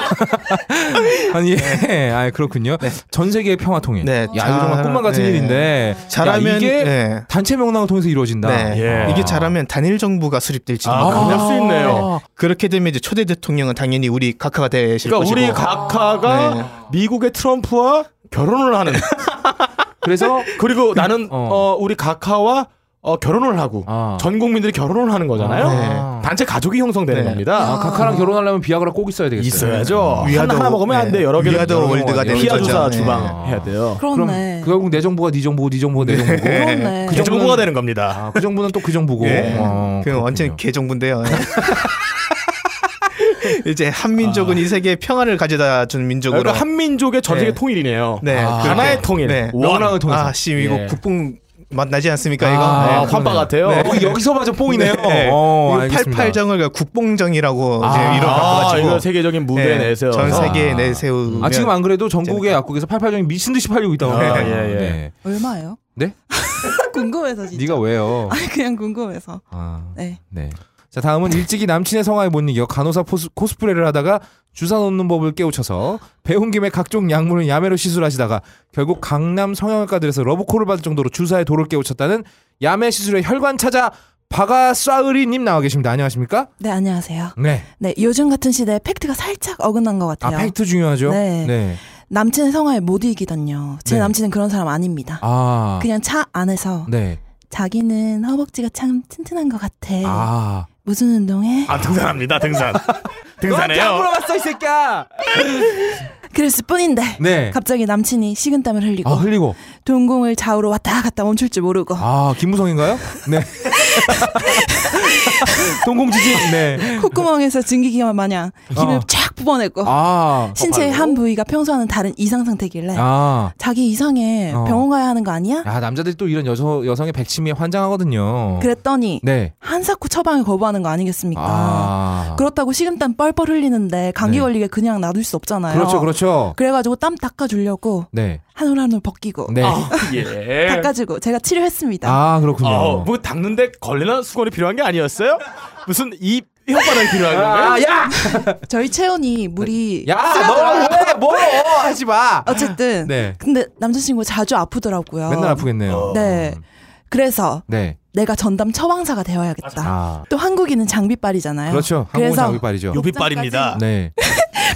Speaker 2: 아니, 예. 아, 그렇군요. 전 세계의 평화 통일. 야,
Speaker 3: 네,
Speaker 2: 이거 정말
Speaker 3: 잘-
Speaker 2: 꿈만 같은
Speaker 3: 네.
Speaker 2: 일인데. 야,
Speaker 3: 잘하면
Speaker 2: 이게
Speaker 3: 네.
Speaker 2: 단체 명랑을 통해서 이루어진다.
Speaker 3: 네.
Speaker 5: 예.
Speaker 3: 이게 잘하면 단일 정부가 수립될지도
Speaker 5: 아,
Speaker 3: 모릅니다.
Speaker 5: 그럴 수 있네요.
Speaker 3: 그렇게 되면 이제 초대 대통령은 당연히 우리 각하가 되실
Speaker 5: 그러니까
Speaker 3: 것이고.
Speaker 5: 우리 각하가
Speaker 3: 네.
Speaker 5: 미국의 트럼프와 결혼을 하는
Speaker 2: 그래서
Speaker 5: *laughs* 그리고 나는
Speaker 2: 어.
Speaker 5: 어, 우리 각하와 어, 결혼을 하고
Speaker 2: 아.
Speaker 5: 전 국민들이 결혼을 하는 거잖아요.
Speaker 2: 아.
Speaker 5: 단체 가족이 형성되는
Speaker 3: 네.
Speaker 5: 겁니다.
Speaker 2: 아, 카카랑 결혼하려면 비아그라 꼭 있어야 되겠어요.
Speaker 5: 있어야죠.
Speaker 3: 위아더-
Speaker 5: 하나, 하나 먹으면 안 돼. 여러 개.
Speaker 3: 위아더 월드가 되는
Speaker 5: 피아 조사
Speaker 3: 거죠.
Speaker 5: 주방
Speaker 2: 네.
Speaker 5: 해야 돼요.
Speaker 1: 아. 그렇네.
Speaker 2: 그 결국 내 정보가 네 정보고 네 정보가 내
Speaker 1: *laughs*
Speaker 2: 정보고
Speaker 1: 그렇네.
Speaker 5: 그 정보가
Speaker 2: 정도는-
Speaker 5: 되는 겁니다.
Speaker 2: 아, 그 정보는 또 그 정보고.
Speaker 3: *laughs* 예.
Speaker 2: 어,
Speaker 3: 그건 완전
Speaker 2: 그렇군요.
Speaker 3: 개정부인데요. *laughs* 이제 한민족은 이 세계에 평화를 가져다 준 민족으로.
Speaker 5: 그러니까 한민족의 전 세계
Speaker 3: 네.
Speaker 5: 통일이네요.
Speaker 3: 네, 그렇게.
Speaker 5: 하나의 통일.
Speaker 3: 네.
Speaker 5: 원.
Speaker 2: 명랑을 통해서.
Speaker 3: 아, 씨 이거
Speaker 5: 예.
Speaker 3: 국뽕 맛 나지 않습니까
Speaker 5: 아,
Speaker 3: 이거? 네.
Speaker 5: 환바 같아요.
Speaker 3: 네.
Speaker 2: 어, 여기서마저 뽕이네요.
Speaker 3: 네.
Speaker 2: 어,
Speaker 3: 이거
Speaker 2: 알겠습니다.
Speaker 3: 88정을 국뽕정이라고
Speaker 2: 아,
Speaker 3: 이제 이름
Speaker 5: 아,
Speaker 3: 바꿔가지고
Speaker 5: 이거 세계적인
Speaker 3: 네,
Speaker 5: 무대 내세요.
Speaker 3: 전 세계에
Speaker 2: 아.
Speaker 3: 내세우.
Speaker 2: 아 지금 안 그래도 전국의 약국에서 88정이 미친 듯이 팔리고 있다고.
Speaker 5: 아,
Speaker 2: 합니다.
Speaker 5: 예, 예.
Speaker 2: 네.
Speaker 1: 얼마예요?
Speaker 2: 네?
Speaker 1: *laughs* 궁금해서 진짜.
Speaker 2: 네가 왜요?
Speaker 1: 아니 그냥 궁금해서.
Speaker 2: 아,
Speaker 1: 네.
Speaker 2: 네. 자
Speaker 1: 아.
Speaker 2: 다음은 일찍이 남친의 성화에 못 이겨 간호사 포스, 코스프레를 하다가 주사 놓는 법을 깨우쳐서 배운 김에 각종 약물을 야매로 시술하시다가 결국 강남 성형외과들에서 러브콜을 받을 정도로 주사에 돌을 깨우쳤다는 야매 시술의 혈관 찾아 바가 싸으리님 나와 계십니다. 안녕하십니까?
Speaker 1: 네 안녕하세요.
Speaker 2: 네.
Speaker 1: 네 요즘 같은 시대에 팩트가 살짝 어긋난 것
Speaker 2: 아
Speaker 1: 같아요.
Speaker 2: 팩트 중요하죠.
Speaker 1: 네. 남친의 성화에 못 이기던요. 제
Speaker 2: 네.
Speaker 1: 남친은 그런 사람 아닙니다.
Speaker 2: 아.
Speaker 1: 그냥 차 안에서
Speaker 2: 네.
Speaker 1: 자기는 허벅지가 참 튼튼한 것 같아.
Speaker 2: 아.
Speaker 1: 무슨 운동해?
Speaker 5: 아, 등산합니다. 등산. *laughs* 등산해요.
Speaker 2: 물어봤어 이 새끼야.
Speaker 1: 그랬을 뿐인데.
Speaker 2: 네.
Speaker 1: 갑자기 남친이 식은땀을 흘리고
Speaker 2: 아 흘리고.
Speaker 1: 동공을 좌우로 왔다 갔다 멈출 줄 모르고
Speaker 2: 아 김무성인가요? 네. *laughs* 동공지진. 네.
Speaker 1: 콧구멍에서 증기기가 마냥 힘을
Speaker 2: 어.
Speaker 1: 쫙 뿜어냈고
Speaker 2: 아.
Speaker 1: 신체의 한 부위가 평소와는 다른 이상 상태길래
Speaker 2: 아.
Speaker 1: 자기 이상해
Speaker 2: 어.
Speaker 1: 병원 가야 하는 거 아니야?
Speaker 2: 아 남자들이 또 이런 여성 여성의 백치미에 환장하거든요.
Speaker 1: 그랬더니
Speaker 2: 네.
Speaker 1: 한사코 처방을 거부하는 거 아니겠습니까?
Speaker 2: 아.
Speaker 1: 그렇다고 식은땀 뻘뻘 흘리는데 감기
Speaker 2: 네.
Speaker 1: 걸리게 그냥 놔둘 수 없잖아요.
Speaker 2: 그렇죠, 그렇죠.
Speaker 1: 래가지고땀 닦아주려고
Speaker 2: 네.
Speaker 1: 한 올 한 올 벗기고
Speaker 2: 네.
Speaker 5: 예.
Speaker 1: 닦아주고 제가 치료했습니다.
Speaker 2: 아 그렇군요.
Speaker 5: 어, 뭐 닦는데 걸레나 수건이 필요한 게 아니었어요? 무슨 입 혓바닥이 필요한 건가요?
Speaker 2: 아, 야,
Speaker 1: 저희 채원이 물이
Speaker 2: 네. 야, 너왜 뭐? 하지 마.
Speaker 1: 어쨌든
Speaker 2: 네.
Speaker 1: 근데 남자친구 자주 아프더라고요.
Speaker 2: 맨날 아프겠네요. 음.
Speaker 1: 네. 그래서
Speaker 2: 네.
Speaker 1: 내가 전담 처방사가 되어야겠다.
Speaker 2: 아.
Speaker 1: 또 한국인은 장비빨이잖아요.
Speaker 2: 그렇죠. 한국은
Speaker 1: 그래서
Speaker 2: 장비빨이죠.
Speaker 5: 요비빨입니다.
Speaker 2: 네.
Speaker 1: *laughs*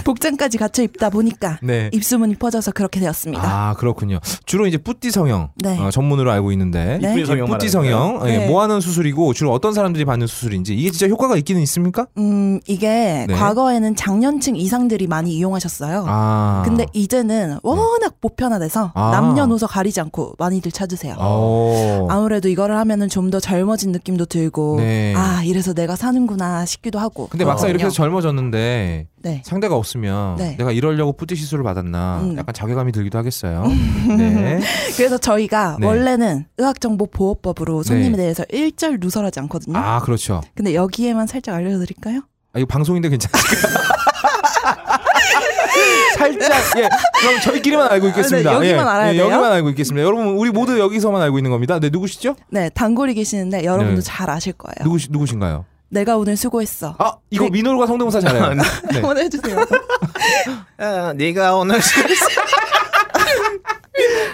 Speaker 1: 복장까지 갖춰 입다 보니까
Speaker 2: 네.
Speaker 1: 입소문이 퍼져서 그렇게 되었습니다.
Speaker 2: 아 그렇군요. 주로 이제 뿌띠 성형
Speaker 1: 네.
Speaker 2: 어, 전문으로 알고 있는데 예,
Speaker 1: 네.
Speaker 5: 뿌띠 성형
Speaker 2: 뿌띠
Speaker 5: 말하는
Speaker 2: 성형
Speaker 1: 거예요?
Speaker 2: 예,
Speaker 1: 네.
Speaker 2: 뭐 하는 수술이고 주로 어떤 사람들이 받는 수술인지 이게 진짜 효과가 있기는 있습니까?
Speaker 1: 음, 이게
Speaker 2: 네.
Speaker 1: 과거에는 장년층 이상들이 많이 이용하셨어요.
Speaker 2: 아
Speaker 1: 근데 이제는 워낙 보편화돼서
Speaker 2: 아.
Speaker 1: 남녀노소 가리지 않고 많이들 찾으세요.
Speaker 2: 어.
Speaker 1: 아무래도 이거를 하면은 좀 더 젊어진 느낌도 들고
Speaker 2: 네.
Speaker 1: 아 이래서 내가 사는구나 싶기도 하고.
Speaker 2: 근데 막상 이렇게
Speaker 1: 그렇거든요.
Speaker 2: 해서 젊어졌는데
Speaker 1: 네.
Speaker 2: 상대가 없으면
Speaker 1: 네.
Speaker 2: 내가 이러려고 뿌띠 시술을 받았나
Speaker 1: 음.
Speaker 2: 약간 자괴감이 들기도 하겠어요.
Speaker 1: *laughs*
Speaker 2: 네.
Speaker 1: 그래서 저희가
Speaker 2: 네.
Speaker 1: 원래는 의학정보보호법으로 손님에
Speaker 2: 네.
Speaker 1: 대해서 일절 누설하지 않거든요.
Speaker 2: 아 그렇죠.
Speaker 1: 근데 여기에만 살짝 알려드릴까요?
Speaker 2: 아, 이거 방송인데 괜찮을까요? *laughs* 살짝 예 그럼 저희끼리만 알고 있겠습니다.
Speaker 1: 아, 네, 여기만
Speaker 2: 예,
Speaker 1: 알아야
Speaker 2: 예,
Speaker 1: 돼요?
Speaker 2: 여기만 알고 있겠습니다. 여러분 우리 모두 여기서만 알고 있는 겁니다. 네 누구시죠?
Speaker 1: 네, 단골이 계시는데 여러분도
Speaker 2: 네.
Speaker 1: 잘 아실 거예요.
Speaker 2: 누구 누구신가요?
Speaker 1: 내가 오늘 수고했어.
Speaker 2: 아 이거
Speaker 1: 네.
Speaker 2: 민호루가 성대모사 잘해요. 네.
Speaker 1: 한번
Speaker 2: *laughs*
Speaker 1: 해주세요.
Speaker 3: *laughs* 아, 네가 오늘 *laughs*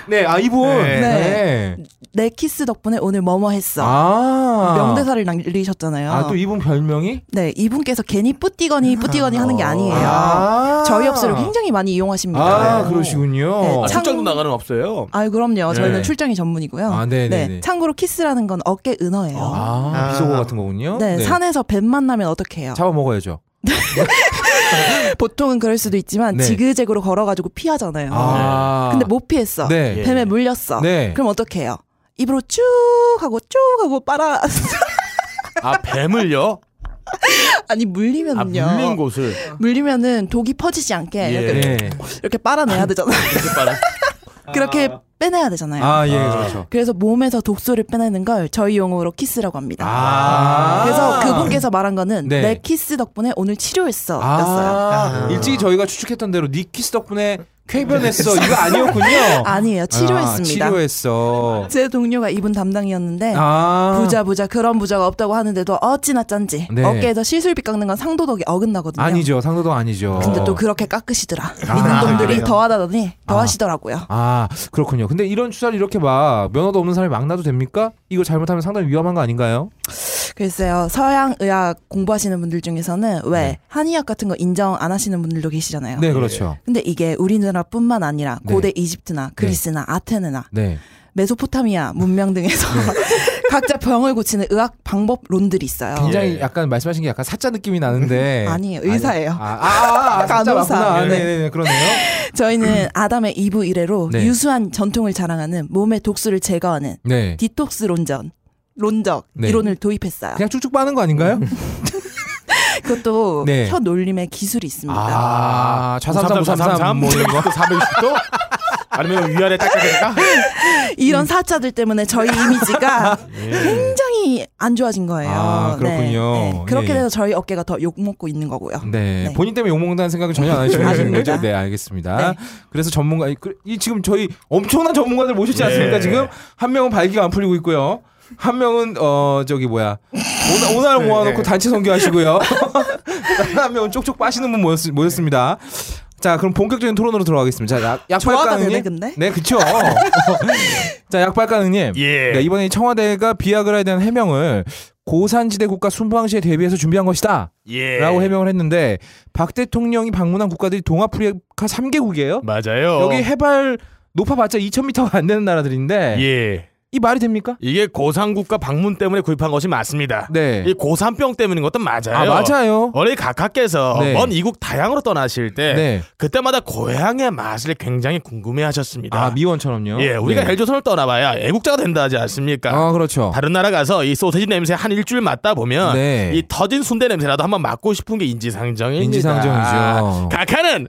Speaker 2: 네, 아 이분.
Speaker 3: 네.
Speaker 1: 네. 내 키스 덕분에 오늘 뭐뭐 했어.
Speaker 2: 아.
Speaker 1: 명대사를 날리셨잖아요.
Speaker 2: 아, 또 이분 별명이?
Speaker 1: 네, 이분께서 괜히 뿌띠거니 뿌띠거니 하는 게 아니에요.
Speaker 2: 아.
Speaker 1: 예. 저희 업소를 굉장히 많이 이용하십니다.
Speaker 2: 아,
Speaker 1: 네.
Speaker 2: 그러시군요.
Speaker 1: 네,
Speaker 5: 아,
Speaker 1: 참-
Speaker 5: 출장도 나가는 없어요.
Speaker 1: 아유, 그럼요. 저희는
Speaker 5: 네.
Speaker 1: 출장이 전문이고요.
Speaker 2: 아, 네네네.
Speaker 1: 참고로 키스라는 건 어깨 은어예요.
Speaker 2: 아, 비속어 같은 거군요.
Speaker 1: 네, 산에서 뱀 만나면 어떻게 해요?
Speaker 2: 잡아 먹어야죠.
Speaker 1: 보통은 그럴 수도 있지만
Speaker 2: 네.
Speaker 1: 지그재그로 걸어가지고 피하잖아요.
Speaker 2: 아.
Speaker 1: 네. 근데 예. 못 피했어.
Speaker 2: 네.
Speaker 1: 뱀에 물렸어.
Speaker 2: 네.
Speaker 1: 그럼 어떻게 해요? 입으로 쭉 하고 쭉 하고 빨아 *laughs*
Speaker 5: 아, 뱀을요?
Speaker 1: 아니
Speaker 5: 아,
Speaker 1: 물리면요.
Speaker 5: 물린 곳을.
Speaker 1: 면은 독이 퍼지지 않게 이렇게,
Speaker 2: 네.
Speaker 1: 이렇게 빨아내야 되잖아요. *laughs* 그렇게 빼내야 되잖아요.
Speaker 2: 아, 예, 그렇죠.
Speaker 1: 그래서 몸에서 독소를 빼내는 걸 저희 용어로 키스라고 합니다.
Speaker 2: 아.
Speaker 1: 그래서 그분께서 말한 거는
Speaker 2: 네.
Speaker 1: 내 키스 덕분에 오늘 치료했어. 였어요.
Speaker 2: 아,
Speaker 3: 아.
Speaker 2: 일찍이 저희가 추측했던 대로 니키스 덕분에 쾌변했어.
Speaker 1: *laughs*
Speaker 2: 이거 아니었군요.
Speaker 1: 아니에요. 치료했습니다.
Speaker 2: 아, 치료했어.
Speaker 1: 제 동료가 이분 담당이었는데
Speaker 2: 아.
Speaker 1: 부자 부자 그런 부자가 없다고 하는데도 어찌나 짠지
Speaker 2: 네.
Speaker 1: 어깨에서 시술비 깎는 건 상도덕이 어긋나거든요.
Speaker 2: 아니죠. 상도동 아니죠.
Speaker 1: 근데 또 그렇게 깎으시더라.
Speaker 2: 아,
Speaker 1: 믿는 놈들이
Speaker 3: 그래요?
Speaker 1: 더 하다더니 더 하시더라고요.
Speaker 2: 아 그렇군요. 근데 이런 추사를 이렇게 막 면허도 없는 사람이 막 나도 됩니까? 이거 잘못하면 상당히 위험한 거 아닌가요?
Speaker 1: 글쎄요, 서양 의학 공부하시는 분들 중에서는 왜 한의학 같은 거 인정 안 하시는 분들도 계시잖아요.
Speaker 2: 네 그렇죠.
Speaker 1: 근데 이게 우리나라뿐만 아니라
Speaker 2: 네.
Speaker 1: 고대 이집트나 그리스나 아테네나
Speaker 2: 네.
Speaker 1: 메소포타미아 문명 등에서 *laughs* 각자 병을 고치는 의학 방법론들이 있어요.
Speaker 2: 굉장히
Speaker 8: 예.
Speaker 2: 약간 말씀하신 게 약간 사자 느낌이 나는데
Speaker 1: 아. 음, 아니에요. 의사예요.
Speaker 2: 아니, 아, 아, 아, 아 사자
Speaker 1: 간호사.
Speaker 2: 맞구나.
Speaker 1: 네.
Speaker 2: 네, 네, 네, 그러네요.
Speaker 1: 저희는 아담의 이브 이래로
Speaker 2: 네.
Speaker 1: 유수한 전통을 자랑하는 몸의 독수를 제거하는
Speaker 2: 네,
Speaker 1: 디톡스 론전 론적
Speaker 2: 네.
Speaker 1: 이론을 도입했어요.
Speaker 2: 그냥 쭉쭉 빠는 거 아닌가요?
Speaker 1: 그것도
Speaker 2: *laughs* 네.
Speaker 1: 혀 놀림의 기술이 있습니다.
Speaker 2: 아, 좌삼삼, 우삼삼 뭐 이런 거.
Speaker 5: 460도? 아니면 위아래 딱딱할까?
Speaker 1: 이런 사자들 때문에 저희
Speaker 2: 네.
Speaker 1: 이미지가
Speaker 2: *laughs*
Speaker 5: 예.
Speaker 1: 굉장히 안 좋아진 거예요. 네.
Speaker 2: 아, 그렇군요.
Speaker 1: 그렇게
Speaker 2: 예, 예.
Speaker 1: 돼서 저희 어깨가 더 욕먹고 있는 거고요.
Speaker 2: 네.
Speaker 1: 네.
Speaker 2: 본인 때문에 욕먹는다는 생각은 전혀 안 하시는 거죠?
Speaker 1: 아닙니다.
Speaker 2: 네, 알겠습니다.
Speaker 1: 네.
Speaker 2: 그래서 전문가, 이- 그- 이 지금 저희 엄청난 전문가들 모셨지
Speaker 8: 네.
Speaker 2: 않습니까? 지금 한 명은 발기가 안 풀리고 있고요. 한 명은 어 저기 뭐야 오나- 오나를 모아놓고
Speaker 3: 네.
Speaker 2: 단체 선교하시고요. *laughs* 한 명은 쪽쪽 빠시는 분 모였, 모였습니다. 자 그럼 본격적인 토론으로 들어가겠습니다. 자, 약,
Speaker 1: 조화가 되네,
Speaker 2: 약발가능님,
Speaker 1: 근데?
Speaker 2: 네 그쵸. *laughs* 자 약발가능님,
Speaker 8: 예.
Speaker 2: 네, 이번에 청와대가 비아그라에 대한 해명을 고산지대 국가 순방시에 대비해서 준비한 것이다.
Speaker 8: 예.
Speaker 2: 라고 해명을 했는데 박 대통령이 방문한 국가들이 동아프리카 3개국이에요.
Speaker 5: 맞아요.
Speaker 2: 여기 해발 높아봤자 2,000m가 안 되는 나라들인데
Speaker 5: 예.
Speaker 2: 이 말이 됩니까?
Speaker 5: 이게 고상국가 방문 때문에 구입한 것이 맞습니다.
Speaker 2: 네.
Speaker 5: 이 고산병 때문인 것도 맞아요.
Speaker 2: 아 맞아요.
Speaker 5: 아, 예. 어리 예. 각하께서
Speaker 2: 네.
Speaker 5: 먼 이국 다양으로 떠나실 때
Speaker 2: 네.
Speaker 5: 그때마다 고향의 맛을 굉장히 궁금해하셨습니다.
Speaker 2: 아 미원처럼요.
Speaker 5: 예, 우리가
Speaker 2: 네.
Speaker 5: 헬조선을 떠나봐야 애국자가 된다 하지 않습니까?
Speaker 2: 아 그렇죠.
Speaker 5: 다른 나라 가서 이 소세지 냄새 한 일주일 맡다 보면
Speaker 2: 네.
Speaker 5: 이 터진 순대 냄새라도 한번 맡고 싶은 게 인지상정입니다.
Speaker 2: 인지상정이죠.
Speaker 5: 각하는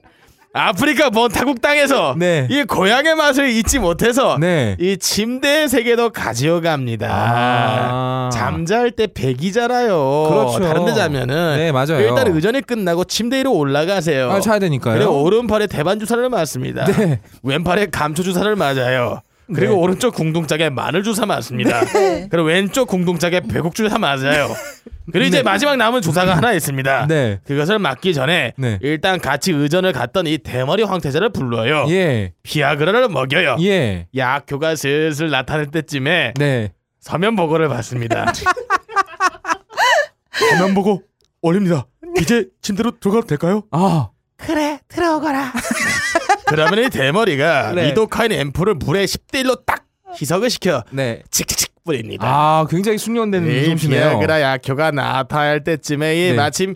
Speaker 5: 아프리카 먼 타국 땅에서
Speaker 2: 네.
Speaker 5: 이 고향의 맛을 잊지 못해서
Speaker 2: 네.
Speaker 5: 이 침대의 세계도 가지어갑니다.
Speaker 2: 아.
Speaker 5: 잠잘 때 백이잖아요.
Speaker 2: 그렇죠.
Speaker 5: 다른 데 자면은
Speaker 2: 네, 맞아요.
Speaker 5: 일단 의전이 끝나고 침대 위로 올라가세요.
Speaker 2: 아 차야 되니까요.
Speaker 5: 그리고 오른팔에 대반 주사를 맞습니다.
Speaker 2: 네.
Speaker 5: 왼팔에 감초 주사를 맞아요. 그리고
Speaker 2: 네.
Speaker 5: 오른쪽 궁둥짝에 마늘 주사 맞습니다. 그리고 왼쪽 궁둥짝에 배국 주사 맞아요. 그리고 이제 마지막 남은 주사가 하나 있습니다.
Speaker 2: 네.
Speaker 5: 그것을 맞기 전에
Speaker 2: 네.
Speaker 5: 일단 같이 의전을 갔던 이 대머리 황태자를 불러요.
Speaker 2: 예.
Speaker 5: 비아그라를 먹여요.
Speaker 2: 예.
Speaker 5: 약효가 슬슬 나타날 때쯤에
Speaker 2: 네.
Speaker 5: 서면 보고를 받습니다. *laughs* 서면 보고 올립니다. 이제 침대로 들어가도 될까요?
Speaker 2: 아.
Speaker 5: 그래
Speaker 2: 음.
Speaker 5: 들어오거라 그러면 이 대머리가
Speaker 2: 네.
Speaker 5: 리도카인 앰플을 물에 10대 1로 딱 희석을 시켜
Speaker 2: 네.
Speaker 5: 칙칙칙 뿌립니다
Speaker 2: 아 굉장히 숙련된
Speaker 5: 이
Speaker 2: 솜씨네요.
Speaker 5: 예, 비아그라 약효가 나타날 때쯤에 이
Speaker 2: 네.
Speaker 5: 마침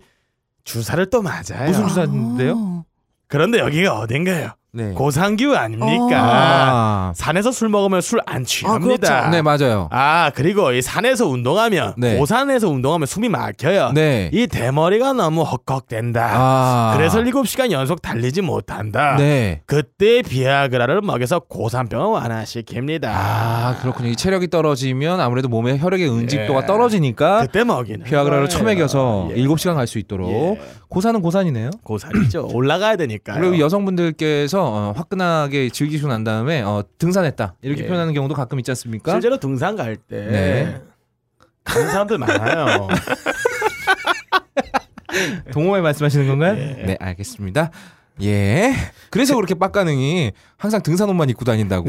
Speaker 5: 주사를 또 맞아요
Speaker 2: 무슨 주사인데요?
Speaker 5: 그런데 여기가 어딘가요
Speaker 2: 네.
Speaker 5: 고상규 아닙니까
Speaker 2: 아. 그렇죠.
Speaker 5: 산에서 술 먹으면 술 안 취합니다 아,
Speaker 2: 네 맞아요.
Speaker 5: 그리고 이 산에서 운동하면
Speaker 2: 네.
Speaker 5: 고산에서 운동하면 숨이 막혀요
Speaker 2: 네.
Speaker 5: 아, 이 대머리가 너무 헉헉댄다
Speaker 2: 아.
Speaker 5: 그래서 아. 7시간 연속 달리지 못한다
Speaker 2: 네.
Speaker 5: 그때 비아그라를 먹여서 고산병을 완화시킵니다.
Speaker 2: 아 그렇군요. 이 체력이 떨어지면 아무래도 몸의 혈액의 은집도가 떨어지니까
Speaker 5: 예. 그때 먹이는
Speaker 2: 피아그라를
Speaker 5: 거예요.
Speaker 2: 처먹여서
Speaker 5: 예.
Speaker 2: 7시간 갈 수 있도록
Speaker 5: 예.
Speaker 2: 고산은 고산이네요. *clears throat*
Speaker 5: 고산이죠. 올라가야 되니까.
Speaker 2: 그리고 여성분들께서 어, 화끈하게 즐기시고 난 다음에 어, 등산했다 이렇게
Speaker 5: 예.
Speaker 2: 표현하는 경우도 가끔 있지 않습니까?
Speaker 5: 실제로 등산 갈 때
Speaker 2: 네.
Speaker 5: 가는 사람들 많아요.
Speaker 2: 동호회 말씀하시는 건가요? 네 알겠습니다. 예. 그래서 그렇게 빡가능이 항상 등산 옷만 입고 다닌다고.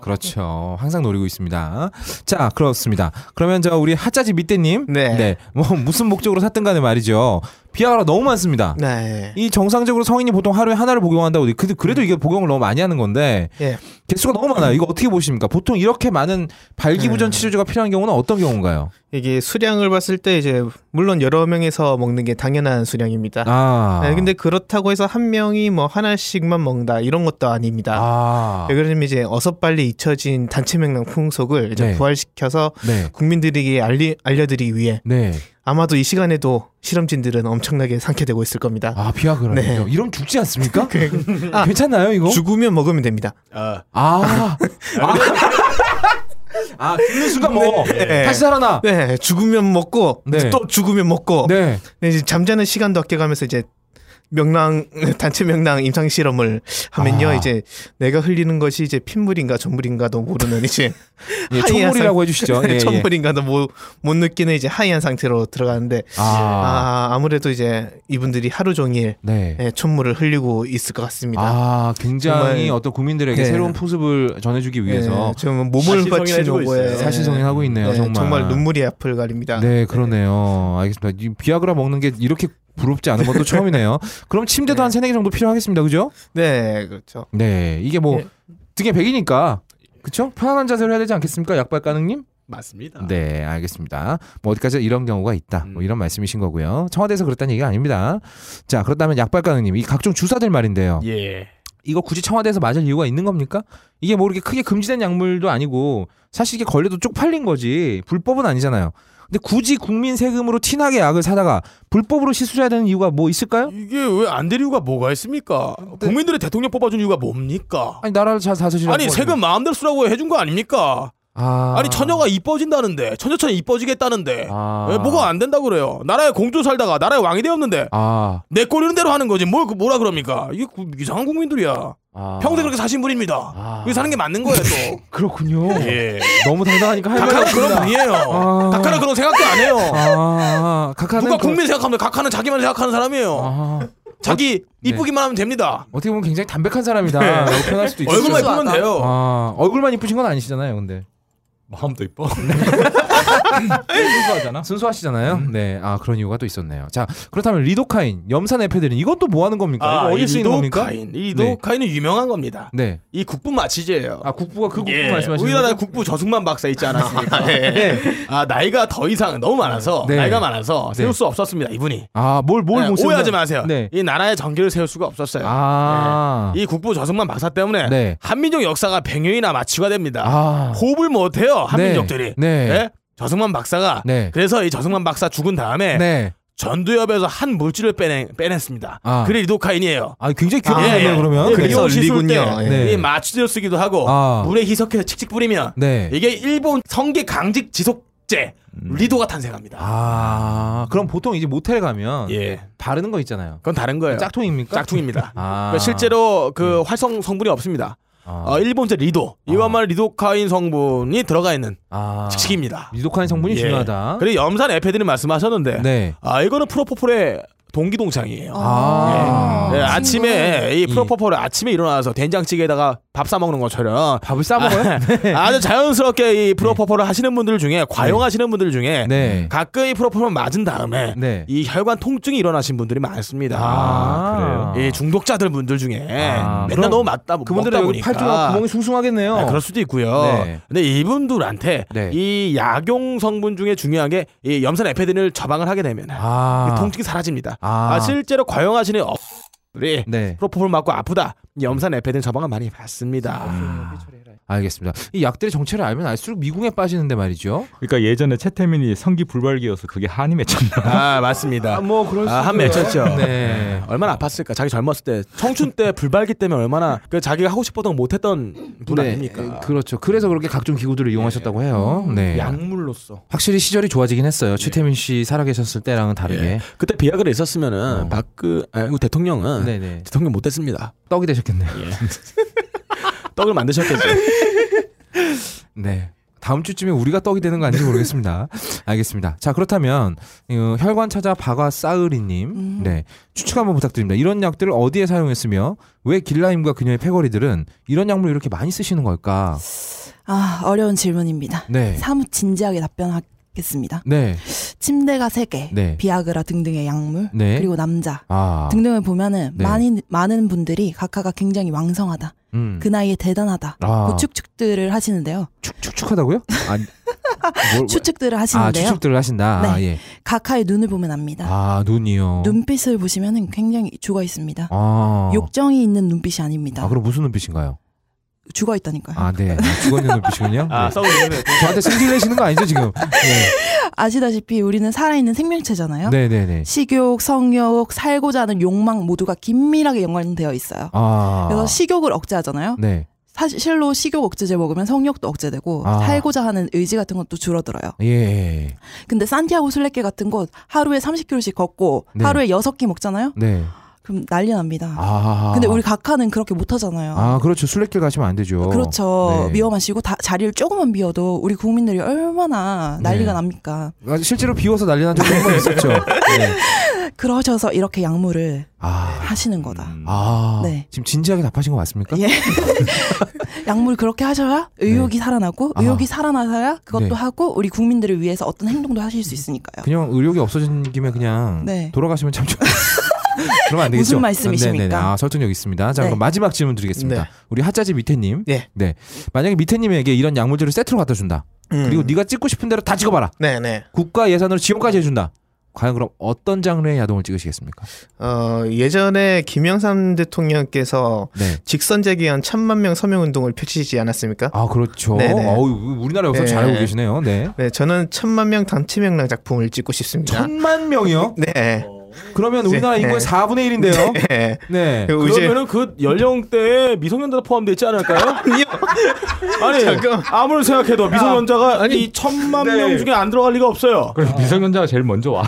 Speaker 2: 그렇죠. 항상 노리고 있습니다. 자, 그렇습니다. 그러면 저 우리 하짜지 밑대님,
Speaker 3: 네.
Speaker 2: 뭐 무슨 목적으로 샀든간에 말이죠. 비아가라 너무 많습니다.
Speaker 3: 네.
Speaker 2: 이 정상적으로 성인이 보통 하루에 하나를 복용한다고 근데 그래도 이게 복용을 너무 많이 하는 건데
Speaker 3: 예.
Speaker 2: 개수가 너무 많아요. 이거 어떻게 보십니까? 보통 이렇게 많은
Speaker 3: 음.
Speaker 2: 발기부전 치료제가 필요한 경우는 어떤 경우인가요?
Speaker 3: 이게 수량을 봤을 때 이제 물론 여러 명에서 먹는 게 당연한 수량입니다.
Speaker 2: 아,
Speaker 3: 네, 근데 그렇다고 해서 한 명이 뭐 하나씩만 먹는다 이런 것도 아닙니다.
Speaker 2: 아,
Speaker 3: 예, 그러면 이제 어서 빨리 잊혀진 단체 명랑 풍속을 이제
Speaker 2: 네.
Speaker 3: 부활시켜서
Speaker 2: 네,
Speaker 3: 국민들에게 알리, 알려드리기 위해
Speaker 2: 네,
Speaker 3: 아마도 이 시간에도 실험진들은 엄청나게 상쾌되고 있을 겁니다.
Speaker 2: 아 비아그라요.
Speaker 3: 네.
Speaker 2: 이러면 죽지 않습니까?
Speaker 3: *laughs* 그- 아,
Speaker 2: 괜찮나요 이거?
Speaker 3: 죽으면 먹으면 됩니다.
Speaker 5: 어,
Speaker 2: 아, 아, 아, 죽는 순간 뭐
Speaker 3: 네.
Speaker 2: 다시 살아나.
Speaker 3: 네, 죽으면 먹고
Speaker 2: 네.
Speaker 3: 또 죽으면 먹고
Speaker 2: 네,
Speaker 3: 네, 이제 잠자는 시간도 아껴가면서 이제 명랑 *laughs* 단체 명랑 임상 실험을 하면요
Speaker 2: 아.
Speaker 3: 이제 내가 흘리는 것이 이제 핏물인가 전물인가도 모르는 이제
Speaker 2: *laughs* 예,
Speaker 3: *laughs* 하이한
Speaker 2: 총물이라고
Speaker 3: 상-
Speaker 2: 해주시죠. 예, 예.
Speaker 3: *laughs* 천불인가도 못, 못 느끼는 이제 하이한 상태로 들어가는데
Speaker 2: 아,
Speaker 3: 아, 아무래도 이제 이분들이 하루 종일
Speaker 2: 네.
Speaker 3: 예, 천물을 흘리고 있을 것 같습니다.
Speaker 2: 아, 굉장히
Speaker 3: 정말-
Speaker 2: 어떤 국민들에게
Speaker 3: 네.
Speaker 2: 새로운 풍습을 전해주기 위해서
Speaker 3: 예, 좀 몸을
Speaker 5: 사실성이
Speaker 3: 거치는
Speaker 5: 해주고 있어요.
Speaker 3: 거예요.
Speaker 2: 사실성인하고 있네요.
Speaker 3: 예,
Speaker 2: 정말.
Speaker 3: 눈물이 앞을 가립니다.
Speaker 2: 네, 그러네요. 알겠습니다. 이 비아그라 먹는 게 이렇게 부럽지 않은 것도 처음이네요. 그럼 침대도 한 세네 개 정도 필요하겠습니다. 그죠?
Speaker 3: 네, 그렇죠.
Speaker 2: 네. 이게 뭐
Speaker 3: 예.
Speaker 2: 등에 100이니까 그쵸? 편안한 자세로 해야 되지 않겠습니까? 약발 가능님?
Speaker 4: 맞습니다.
Speaker 2: 네, 알겠습니다. 뭐 어디까지 이런 경우가 있다. 뭐 이런 말씀이신 거고요. 청와대에서 그랬다는 얘기가 아닙니다. 자, 그렇다면 약발가능님, 이 각종 주사들 말인데요.
Speaker 5: 예.
Speaker 2: 이거 굳이 청와대에서 맞을 이유가 있는 겁니까? 이게 뭐 이렇게 크게 금지된 약물도 아니고 사실 이게 걸려도 쪽팔린 거지 불법은 아니잖아요. 근데 굳이 국민 세금으로 티나게 약을 사다가 불법으로 시술해야 되는 이유가 뭐 있을까요?
Speaker 5: 이게 왜 안 될 이유가 뭐가 있습니까?
Speaker 2: 네.
Speaker 5: 국민들이 대통령 뽑아준 이유가 뭡니까?
Speaker 2: 아니 나라를 잘 다스리라고
Speaker 5: 아니 세금 마음대로 쓰라고 해준 거 아닙니까?
Speaker 2: 아...
Speaker 5: 아니 처녀가 이뻐진다는데 처녀처럼 이뻐지겠다는데
Speaker 2: 아...
Speaker 5: 왜 뭐가 안 된다 고 그래요? 나라의 공주 살다가 나라의 왕이 되었는데
Speaker 2: 아...
Speaker 5: 내 꼬리는 대로 하는 거지 뭘 그- 뭐라 그럽니까? 이게 구- 이상한 국민들이야.
Speaker 2: 아...
Speaker 5: 평생 그렇게 사신 분입니다.
Speaker 2: 아...
Speaker 5: 그게 사는 게 맞는 거예요 또.
Speaker 2: *laughs* 그렇군요.
Speaker 5: 예.
Speaker 2: 너무 당당하니까 할 말이
Speaker 5: 각하는 그런
Speaker 2: 없습니다.
Speaker 5: 분이에요.
Speaker 2: 아.
Speaker 5: 각하는 그런 생각도 안 해요.
Speaker 2: 아, 각하는
Speaker 5: 누가
Speaker 2: 그런-
Speaker 5: 국민 생각하면 각하는 자기만 생각하는 사람이에요.
Speaker 2: 아, 네.
Speaker 5: 자기 이쁘기만 하면 됩니다.
Speaker 2: 어떻게 보면 굉장히 담백한 사람이다. 라고 표현할 수도 있어요.
Speaker 5: 네. 얼굴만
Speaker 1: 실수하다.
Speaker 5: 이쁘면 돼요.
Speaker 2: 네. 아, 얼굴만 이쁘신 건 아니시잖아요, 근데.
Speaker 8: 마음도 이뻐.
Speaker 5: 네.
Speaker 2: 순수하잖아. 순수하시잖아요.
Speaker 5: 음.
Speaker 2: 네, 아 그런 이유가 또 있었네요. 자, 그렇다면 리도카인, 염산 에페드린 이건 또 뭐 하는 겁니까? 이거 어디 쓰이는 겁니까?
Speaker 5: 아, 리도카인. 리도카인은 유명한 겁니다.
Speaker 2: 네,
Speaker 5: 이 국부 마취제예요.
Speaker 2: 아 국부가 그 국부
Speaker 5: 예,
Speaker 2: 말씀하시는
Speaker 5: 우리나라
Speaker 2: 거죠?
Speaker 5: 국부 저승만 박사 있지 않았습니까? 아 나이가 더 이상 너무 많아서
Speaker 2: 네.
Speaker 5: 나이가 많아서
Speaker 2: 네.
Speaker 5: 세울 수 없었습니다 이분이.
Speaker 2: 아, 뭘뭘
Speaker 5: 네,
Speaker 2: 못.
Speaker 5: 오해하지
Speaker 2: 쓰는가?
Speaker 5: 마세요. 예.
Speaker 2: 네,
Speaker 5: 이 나라의 전기를 세울 수가 없었어요.
Speaker 2: 아,
Speaker 5: 이 국부 저승만 박사 때문에
Speaker 2: 네.
Speaker 5: 한민족 역사가 100년이나 마취가 됩니다.
Speaker 2: 아,
Speaker 5: 예. 호흡을 못해요 한민족들이.
Speaker 2: 네.
Speaker 5: 예? 저승만 박사가
Speaker 2: 네.
Speaker 5: 그래서 이 저승만 박사 죽은 다음에
Speaker 2: 네,
Speaker 5: 전두엽에서 한 물질을 빼내, 빼냈습니다.
Speaker 2: 아.
Speaker 5: 그래 리도카인이에요.
Speaker 2: 아 굉장히 귀엽네요
Speaker 5: 예, 예.
Speaker 2: 그러면.
Speaker 5: 예,
Speaker 2: 네.
Speaker 3: 그래서
Speaker 5: 미용 시술
Speaker 3: 리군요.
Speaker 5: 때
Speaker 2: 예.
Speaker 5: 이 마취제를 쓰기도 하고
Speaker 2: 아.
Speaker 5: 물에 희석해서 칙칙 뿌리면
Speaker 2: 네.
Speaker 5: 이게 일본 성계 강직 지속제
Speaker 2: 음.
Speaker 5: 리도가 탄생합니다.
Speaker 2: 아, 그럼 보통 이제 모텔 가면
Speaker 5: 예,
Speaker 2: 바르는 거 있잖아요.
Speaker 5: 그건 다른 거예요.
Speaker 2: 짝퉁입니까?
Speaker 5: 짝퉁입니다.
Speaker 2: 아, 음.
Speaker 5: 그러니까 실제로 그 활성 성분이 없습니다.
Speaker 2: 아,
Speaker 5: 어, 일본제 리도 이와말 리도카인 성분이 들어가 있는
Speaker 2: 아.
Speaker 5: 칙칙입니다.
Speaker 2: 리도카인 성분이
Speaker 5: 예.
Speaker 2: 중요하다.
Speaker 5: 그리고 염산 에페드린 말씀하셨는데
Speaker 2: 네.
Speaker 5: 아 이거는 프로포폴의 동기동창이에요.
Speaker 2: 아,
Speaker 5: 예, 아침에 이 프로포폴을 아침에 일어나서 된장찌개에다가 밥 싸 먹는 것처럼
Speaker 2: 밥을 싸 먹어요?
Speaker 5: 아주 자연스럽게 이 프로포폴을 하시는 분들 중에 과용하시는 분들 중에
Speaker 2: 네.
Speaker 5: 가까이 프로포폴 맞은 다음에
Speaker 2: 네.
Speaker 5: 이 혈관 통증이 일어나신 분들이 많습니다.
Speaker 2: 아,
Speaker 5: 이 중독자들 분들 중에
Speaker 2: 아,
Speaker 5: 맨날
Speaker 2: 그럼
Speaker 5: 너무 맞다 뭐
Speaker 2: 그분들의
Speaker 5: 먹다
Speaker 2: 여기
Speaker 5: 보니까
Speaker 2: 팔뚝 구멍이 숭숭하겠네요.
Speaker 5: 네, 그럴 수도 있고요.
Speaker 2: 네.
Speaker 5: 근데 이분들한테
Speaker 2: 네.
Speaker 5: 이 약용 성분 중에 중요한 게 이 염산 에페딘을 처방을 하게 되면
Speaker 2: 아,
Speaker 5: 이 통증이 사라집니다.
Speaker 2: 아.
Speaker 5: 아, 실제로 과용하시는 업들이
Speaker 2: 네.
Speaker 5: 프로포폴 맞고 아프다. 이 염산 에페딘 처방을 많이 받습니다.
Speaker 2: 음. 알겠습니다. 이 약들의 정체를 알면 알수록 미궁에 빠지는데 말이죠.
Speaker 8: 그러니까 예전에 채태민이 성기 불발기여서 그게 한이 맺혔나.
Speaker 5: 아 맞습니다.
Speaker 2: 뭐 그럴
Speaker 5: 아, 예. 한 맺혔죠.
Speaker 2: 네.
Speaker 5: 얼마나 아팠을까? 자기 젊었을 때 청춘 때 불발기 때문에 얼마나 그 자기가 하고 싶었던 거 못했던 분 아닙니까? 음.
Speaker 2: 그렇죠. 그래서 그렇게 각종 기구들을 이용하셨다고 해요. 네.
Speaker 5: 약물로서
Speaker 2: 확실히 시절이 좋아지긴 했어요. 최태민 씨 살아계셨을 때랑은 다르게.
Speaker 5: 그때 비아그라 있었으면은
Speaker 2: 어.
Speaker 5: 박그 대통령은
Speaker 2: 네네.
Speaker 5: 대통령 못됐습니다.
Speaker 2: 떡이 되셨겠네요.
Speaker 5: 떡을 만드셨겠죠.
Speaker 2: 네. 다음 주쯤에 우리가 떡이 되는 거 아닌지 모르겠습니다. 알겠습니다. 자 그렇다면 어, 혈관 찾아 박아 싸으리님,
Speaker 1: 음.
Speaker 2: 네 추측 한번 부탁드립니다. 이런 약들을 어디에 사용했으며 왜 길라임과 그녀의 패거리들은 이런 약물을 이렇게 많이 쓰시는 걸까?
Speaker 1: 아, 어려운 질문입니다.
Speaker 2: 네,
Speaker 1: 사뭇 진지하게 답변하겠습니다.
Speaker 2: 네,
Speaker 1: 침대가 세개
Speaker 2: 네.
Speaker 1: 비아그라 등등의 약물,
Speaker 2: 네.
Speaker 1: 그리고 남자
Speaker 2: 아,
Speaker 1: 등등을 보면은
Speaker 2: 네.
Speaker 1: 많이, 많은 분들이 각하가 굉장히 왕성하다.
Speaker 2: 음.
Speaker 1: 그 나이에 대단하다.
Speaker 2: 아.
Speaker 1: 그 축축들을 하시는데요.
Speaker 2: 축축하다고요? 아,
Speaker 1: *laughs*
Speaker 2: 뭘-
Speaker 1: 추측들을
Speaker 2: 아,
Speaker 1: 하시는데요.
Speaker 2: 추측들을 하신다.
Speaker 1: 네.
Speaker 2: 아, 예.
Speaker 1: 각하의 눈을 보면 압니다.
Speaker 2: 아, 눈이요.
Speaker 1: 눈빛을 보시면은 굉장히 죽어 있습니다.
Speaker 2: 아,
Speaker 1: 욕정이 있는 눈빛이 아닙니다.
Speaker 2: 아, 그럼 무슨 눈빛인가요?
Speaker 1: 죽어 있다니까요.
Speaker 2: 아, 네, 죽어있는 눈빛이군요.
Speaker 5: 아
Speaker 2: 네.
Speaker 5: 싸우는 거는
Speaker 2: 저한테 승질 내시는 거 아니죠 지금? 네,
Speaker 1: 아, 시다시피 우리는 살아있는 생명체잖아요.
Speaker 2: 네, 네. 네.
Speaker 1: 식욕, 성욕, 살고자 하는 욕망 모두가 긴밀하게 연관되어 있어요.
Speaker 2: 아,
Speaker 1: 그래서 식욕을 억제하잖아요.
Speaker 2: 네.
Speaker 1: 사실로 식욕 억제제 먹으면 성욕도 억제되고
Speaker 2: 아.
Speaker 1: 살고자 하는 의지 같은 것도 줄어들어요.
Speaker 2: 예, 예.
Speaker 1: 근데 산티아고 순례길 같은 곳 하루에 30km씩 걷고
Speaker 2: 네.
Speaker 1: 하루에 6끼 먹잖아요.
Speaker 2: 네.
Speaker 1: 그럼 난리 납니다.
Speaker 2: 아.
Speaker 1: 근데 우리 각하는 그렇게 못 하잖아요.
Speaker 2: 아, 그렇죠. 술래길 가시면 안 되죠.
Speaker 1: 그렇죠.
Speaker 2: 네.
Speaker 1: 미워마시고 다, 자리를 조금만 비워도 우리 국민들이 얼마나 난리가
Speaker 2: 네.
Speaker 1: 납니까.
Speaker 2: 아, 실제로 비워서 난리 난 적도 한번
Speaker 1: *laughs*
Speaker 2: 있었죠. 네.
Speaker 1: 그러셔서 이렇게 약물을
Speaker 2: 아.
Speaker 1: 하시는 거다.
Speaker 2: 아.
Speaker 1: 네.
Speaker 2: 지금 진지하게 답하신 거 맞습니까?
Speaker 1: 예. 약물 그렇게 하셔야 의욕이 살아나고
Speaker 2: 아.
Speaker 1: 의욕이 살아나서야 그것도
Speaker 2: 네.
Speaker 1: 하고 우리 국민들을 위해서 어떤 행동도 하실 수 있으니까요.
Speaker 2: 그냥 의욕이 없어진 김에 그냥
Speaker 1: 네.
Speaker 2: 돌아가시면
Speaker 1: *laughs*
Speaker 2: 참 좋. 그러면 안 되겠죠.
Speaker 1: 무슨 말씀이십니까?
Speaker 2: 네네네. 아, 설득력 있습니다. 자,
Speaker 1: 네.
Speaker 2: 그럼 마지막 질문 드리겠습니다.
Speaker 3: 네.
Speaker 2: 우리 핫자지 밑에님.
Speaker 3: 네.
Speaker 2: 네. 만약에 밑에님에게 이런 약물들을 세트로 갖다 준다. 그리고 네가 찍고 싶은 대로 다 찍어봐라.
Speaker 3: 음. 네네.
Speaker 2: 국가 예산으로 지원까지 해준다. 과연 그럼 어떤 장르의 야동을 찍으시겠습니까?
Speaker 3: 어, 예전에 김영삼 대통령께서
Speaker 2: 네.
Speaker 3: 직선제기 위한 천만 명 서명 운동을 펼치지 않았습니까?
Speaker 2: 아 그렇죠.
Speaker 3: 네네.
Speaker 2: 어우 우리나라 역사
Speaker 3: 네.
Speaker 2: 잘하고 계시네요. 네.
Speaker 3: 네, 저는 천만 명 단체 명랑 작품을 찍고 싶습니다.
Speaker 2: 천만 명이요?
Speaker 3: 네.
Speaker 5: 어.
Speaker 2: 그러면 우리나라
Speaker 3: 네.
Speaker 2: 인구의 4분의 1인데요.
Speaker 3: 네.
Speaker 2: 네.
Speaker 3: 그리고 이제
Speaker 4: 그러면은 그 연령대에 미성년자도 포함되어 있지 않을까요? 아니
Speaker 3: 잠깐.
Speaker 4: 아무리 생각해도 미성년자가 이 천만 명 중에 안 들어갈 리가 없어요.
Speaker 5: 그럼 미성년자가 제일 먼저 와.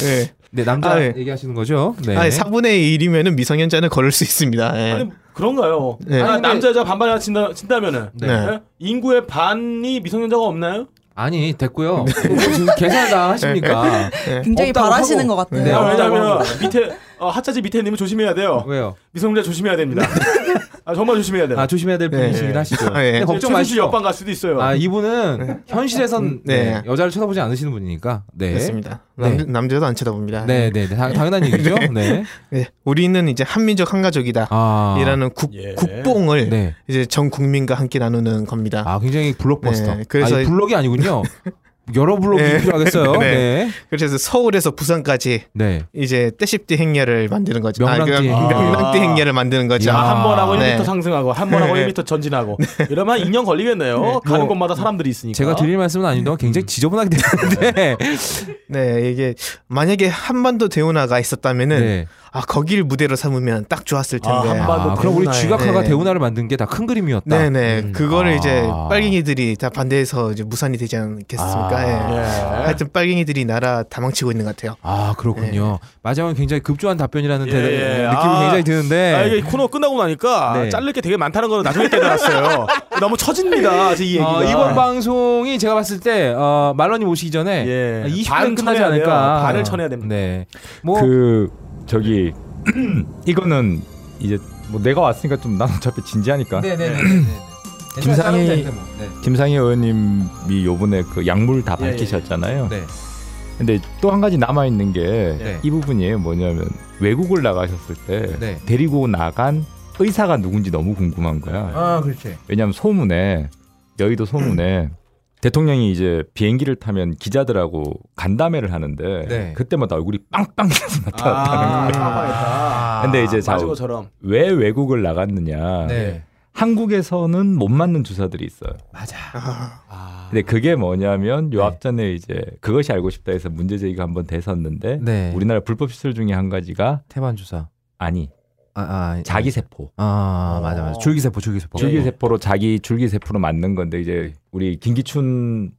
Speaker 3: 네.
Speaker 2: 네 남자
Speaker 3: 아, 예.
Speaker 2: 얘기하시는 거죠? 네. 뭐,
Speaker 3: 아니, 4분의 1이면은 미성년자는 걸을 수 있습니다. 예.
Speaker 4: 아니 그런가요?
Speaker 3: 네.
Speaker 4: 아니,
Speaker 2: 아니, 근데-
Speaker 4: 남자 여자 반반이나 친다, 친다면은
Speaker 2: 네.
Speaker 3: 네.
Speaker 4: 예? 인구의 반이 미성년자가 없나요?
Speaker 2: 아니 됐고요.
Speaker 3: 네.
Speaker 2: 지금 계산을 다 하십니까?
Speaker 1: 굉장히
Speaker 2: 없다고
Speaker 1: 바라시는
Speaker 2: 그 하고.
Speaker 1: 것 같아요.
Speaker 2: 네.
Speaker 4: 아,
Speaker 2: 없다고
Speaker 4: 왜냐하면 밑에 어, 하차지 밑에 님은 조심해야
Speaker 3: 어.
Speaker 4: 돼요.
Speaker 2: 왜요?
Speaker 4: 미성년자
Speaker 2: *laughs*
Speaker 4: 조심해야 됩니다. 아, 정말 조심해야 돼요.
Speaker 2: 어. 아 조심해야 될 분이시긴
Speaker 3: 네.
Speaker 2: 하시죠.
Speaker 3: 아, 예.
Speaker 2: 근데 걱정 마시고.
Speaker 4: 옆방 갈 수도 있어요.
Speaker 2: 아 이분은 현실에선
Speaker 3: 네.
Speaker 2: 네, 여자를 쳐다보지 않으시는 분이니까. 네.
Speaker 3: 그렇습니다. 남,
Speaker 2: 네.
Speaker 3: 남자도 안 쳐다봅니다.
Speaker 2: 네, 네, 네. 당- 당연한
Speaker 3: *laughs*
Speaker 2: 얘기죠. 네.
Speaker 3: 네. 우리는 이제 한민족 한가족이다.
Speaker 2: 아.
Speaker 3: 이라는 국,
Speaker 4: 예.
Speaker 3: 국뽕을
Speaker 2: 네.
Speaker 3: 이제 전 국민과 함께 나누는 겁니다.
Speaker 2: 아, 굉장히 블록버스터.
Speaker 3: 네, 그래서
Speaker 2: 아니, 블록이 아니군요. 여러 블록이
Speaker 3: 네.
Speaker 2: 필요하겠어요. 네.
Speaker 3: 네. 그래서 서울에서 부산까지
Speaker 2: 네.
Speaker 3: 이제 떼씹대 행렬을 만드는 거죠.
Speaker 2: 명랑띠.
Speaker 3: 아, 그 명랑띠 행렬을 만드는 거죠.
Speaker 2: 야.
Speaker 4: 아, 한 번 하고
Speaker 3: 네.
Speaker 4: 1m 상승하고 한 번 하고 1m 전진하고
Speaker 2: 네.
Speaker 4: 이러면 2년 걸리겠네요. 가는 곳마다 사람들이 있으니까.
Speaker 2: 뭐 제가 드릴 말씀은 아닌데
Speaker 3: 음.
Speaker 2: 굉장히 지저분하게 되는데.
Speaker 3: 네, 이게 만약에 한반도 대운하가 있었다면은
Speaker 2: 네.
Speaker 3: 아 거기를 무대로 삼으면 딱 좋았을 텐데.
Speaker 4: 아, 한반도
Speaker 2: 아, 그럼 우리
Speaker 4: 대운하에.
Speaker 2: 쥐각화가
Speaker 3: 네.
Speaker 2: 대운하를 만든 게 다 큰 그림이었다.
Speaker 3: 네네 그거를
Speaker 2: 아.
Speaker 3: 이제 빨갱이들이 다 반대해서 이제 무산이 되지 않겠습니까?
Speaker 2: 아.
Speaker 3: 예.
Speaker 4: 예.
Speaker 3: 하여튼 빨갱이들이 나라 다 망치고 있는 것 같아요.
Speaker 2: 아, 그렇군요. 마지막은 굉장히 급조한 답변이라는
Speaker 4: 네. 예,
Speaker 2: 대-
Speaker 4: 예.
Speaker 2: 느낌이
Speaker 4: 아.
Speaker 2: 굉장히 드는데.
Speaker 4: 아, 이게 코너 끝나고 나니까
Speaker 2: 네.
Speaker 4: 자를 게 되게 많다는 걸
Speaker 2: *laughs*
Speaker 4: 나중에 깨달았어요. 너무 처집니다. 지금 이 얘기가.
Speaker 2: 어, 이번 방송이 제가 봤을 때 어, 말러님 오시기 전에
Speaker 4: 예.
Speaker 2: 20분
Speaker 4: 반을
Speaker 2: 끝나지
Speaker 4: 쳐내야
Speaker 2: 않을까.
Speaker 4: 돼요. 반을 쳐내야 됩니다.
Speaker 2: 네. 뭐
Speaker 5: 그 저기 이거는 이제 뭐 내가 왔으니까 좀난 어차피 진지하니까
Speaker 2: 아, 네네네.
Speaker 5: 김상희-
Speaker 2: 뭐. 네.
Speaker 5: 김상희 의원님이 요번에 그 약물 다
Speaker 4: 예, 예.
Speaker 5: 밝히셨잖아요.
Speaker 2: 네.
Speaker 5: 근데 또 한 가지 남아 있는 게 이
Speaker 2: 네.
Speaker 5: 부분이에요. 뭐냐면 외국을 나가셨을 때
Speaker 2: 네.
Speaker 5: 데리고 나간 의사가 누군지 너무 궁금한 거야.
Speaker 2: 아 그렇지.
Speaker 5: 왜냐하면 소문에 여의도
Speaker 4: 음.
Speaker 5: 소문에 대통령이 이제 비행기를 타면 기자들하고 간담회를 하는데
Speaker 2: 네.
Speaker 5: 그때마다 얼굴이 빵빵 나서 나타났다는 거예요.
Speaker 4: 아, 아,
Speaker 5: 근데 이제 자,
Speaker 4: 마지막처럼.
Speaker 5: 왜 외국을 나갔느냐?
Speaker 2: 네.
Speaker 5: 한국에서는 못 맞는 주사들이 있어요.
Speaker 2: 아.
Speaker 5: 근데 그게 뭐냐면 요
Speaker 2: 네.
Speaker 5: 앞전에 이제 그것이 알고 싶다 해서 문제 제기가 한번 됐었는데
Speaker 2: 네. 우리
Speaker 5: 우리나라 불법 시술 중에 한 가지가
Speaker 2: 태반 주사.
Speaker 5: 아니
Speaker 2: 아, 아
Speaker 5: 자기 세포.
Speaker 2: 아 맞아 맞아. 줄기 세포 줄기 세포.
Speaker 5: 줄기 세포로 자기 줄기 세포로 맞는 건데 이제 우리 김기춘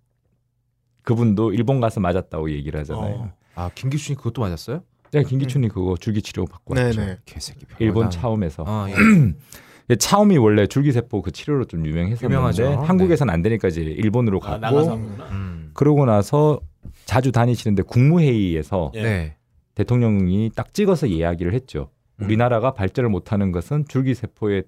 Speaker 5: 그분도 일본 가서 맞았다고 얘기를 하잖아요.
Speaker 2: 아 김기춘이 그것도 맞았어요?
Speaker 5: 제가 김기춘이 그거 줄기 치료 받고 왔죠.
Speaker 3: 네네.
Speaker 2: 개새끼. 별거
Speaker 5: 일본
Speaker 2: 다-
Speaker 5: 차움에서.
Speaker 2: 아 예.
Speaker 5: 근데 차움이 원래 줄기 세포 그 치료로 좀 유명했었는데
Speaker 2: 유명하죠. 네.
Speaker 5: 한국에선 안 되니까 이제 일본으로
Speaker 4: 아,
Speaker 5: 갔고
Speaker 4: 나가서 하는구나.
Speaker 2: 음.
Speaker 5: 그러고 나서 자주 다니시는데 국무회의에서
Speaker 4: 예.
Speaker 2: 네.
Speaker 5: 대통령이 딱 찍어서 이야기를 했죠.
Speaker 2: 음.
Speaker 5: 우리나라가 발전을 못하는 것은 줄기세포의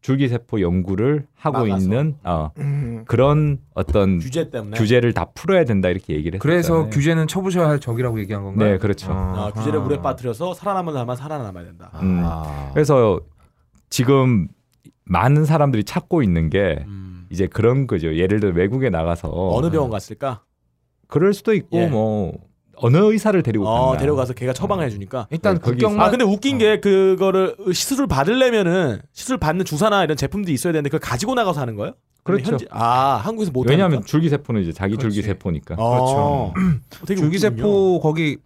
Speaker 5: 줄기세포 연구를 하고
Speaker 4: 막아서.
Speaker 5: 있는 어,
Speaker 3: 음.
Speaker 5: 그런 어떤
Speaker 4: 규제 때문에.
Speaker 5: 규제를 다 풀어야 된다 이렇게 얘기를
Speaker 2: 그래서
Speaker 5: 했어요.
Speaker 2: 규제는 쳐부셔야 할 적이라고 얘기한 건가요?
Speaker 5: 예,
Speaker 2: 어,
Speaker 5: 네 그렇죠.
Speaker 4: 아, 규제를 물에 빠뜨려서 살아남은 사람만 살아남아야 된다.
Speaker 5: 음.
Speaker 2: 아.
Speaker 5: 그래서 지금 많은 사람들이 찾고 있는 게
Speaker 4: 음.
Speaker 5: 이제 그런 거죠. 예를 들어 외국에 나가서
Speaker 4: 어느 병원 갔을까?
Speaker 5: 그럴 수도 있고
Speaker 4: 예.
Speaker 5: 뭐 어느 의사를 데리고
Speaker 4: 어,
Speaker 5: 갔나.
Speaker 4: 데려가서 걔가 처방을 해주니까
Speaker 2: 일단
Speaker 5: 네, 거기
Speaker 2: 국경만
Speaker 4: 아 근데 웃긴 게 그거를 시술 받으려면은 시술 받는 주사나 이런 제품도 있어야 되는데 그걸 가지고 나가서 하는 거예요? 근데
Speaker 5: 그렇죠.
Speaker 4: 현지- 아 한국에서 못
Speaker 5: 왜냐하면 그렇죠. 음.
Speaker 4: 하니까?
Speaker 5: 줄기세포는 이제 자기
Speaker 2: 그렇지.
Speaker 5: 줄기세포니까.
Speaker 2: 그렇죠.
Speaker 4: 어. 되게 웃기군요.
Speaker 2: 줄기세포 거기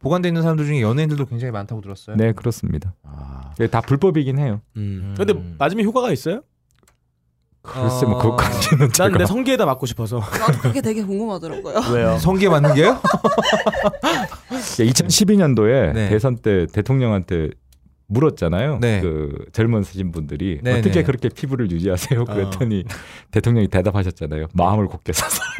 Speaker 2: 보관돼 있는 사람들 중에 연예인들도 굉장히 많다고 들었어요.
Speaker 5: 네 그렇습니다.
Speaker 2: 아.
Speaker 5: 네, 다 불법이긴 해요.
Speaker 4: 음. 근데 맞으면 효과가 있어요?
Speaker 5: 글쎄 뭐
Speaker 2: 어,
Speaker 5: *laughs* 그것까지는
Speaker 4: 난 내
Speaker 5: 제가
Speaker 4: 성기에다 맞고 싶어서
Speaker 1: 나도 그게 되게 궁금하더라고요.
Speaker 4: 왜요?
Speaker 2: 성기에 맞는 게요?
Speaker 5: 2012년도에
Speaker 2: 네.
Speaker 5: 대선 때 대통령한테 물었잖아요.
Speaker 2: 네.
Speaker 5: 그 젊은 쓰신 분들이
Speaker 2: 네,
Speaker 5: 어떻게
Speaker 2: 네. 어.
Speaker 5: 그렇게 피부를 유지하세요? 그랬더니 대통령이 대답하셨잖아요. 마음을 곱게 써서. *laughs*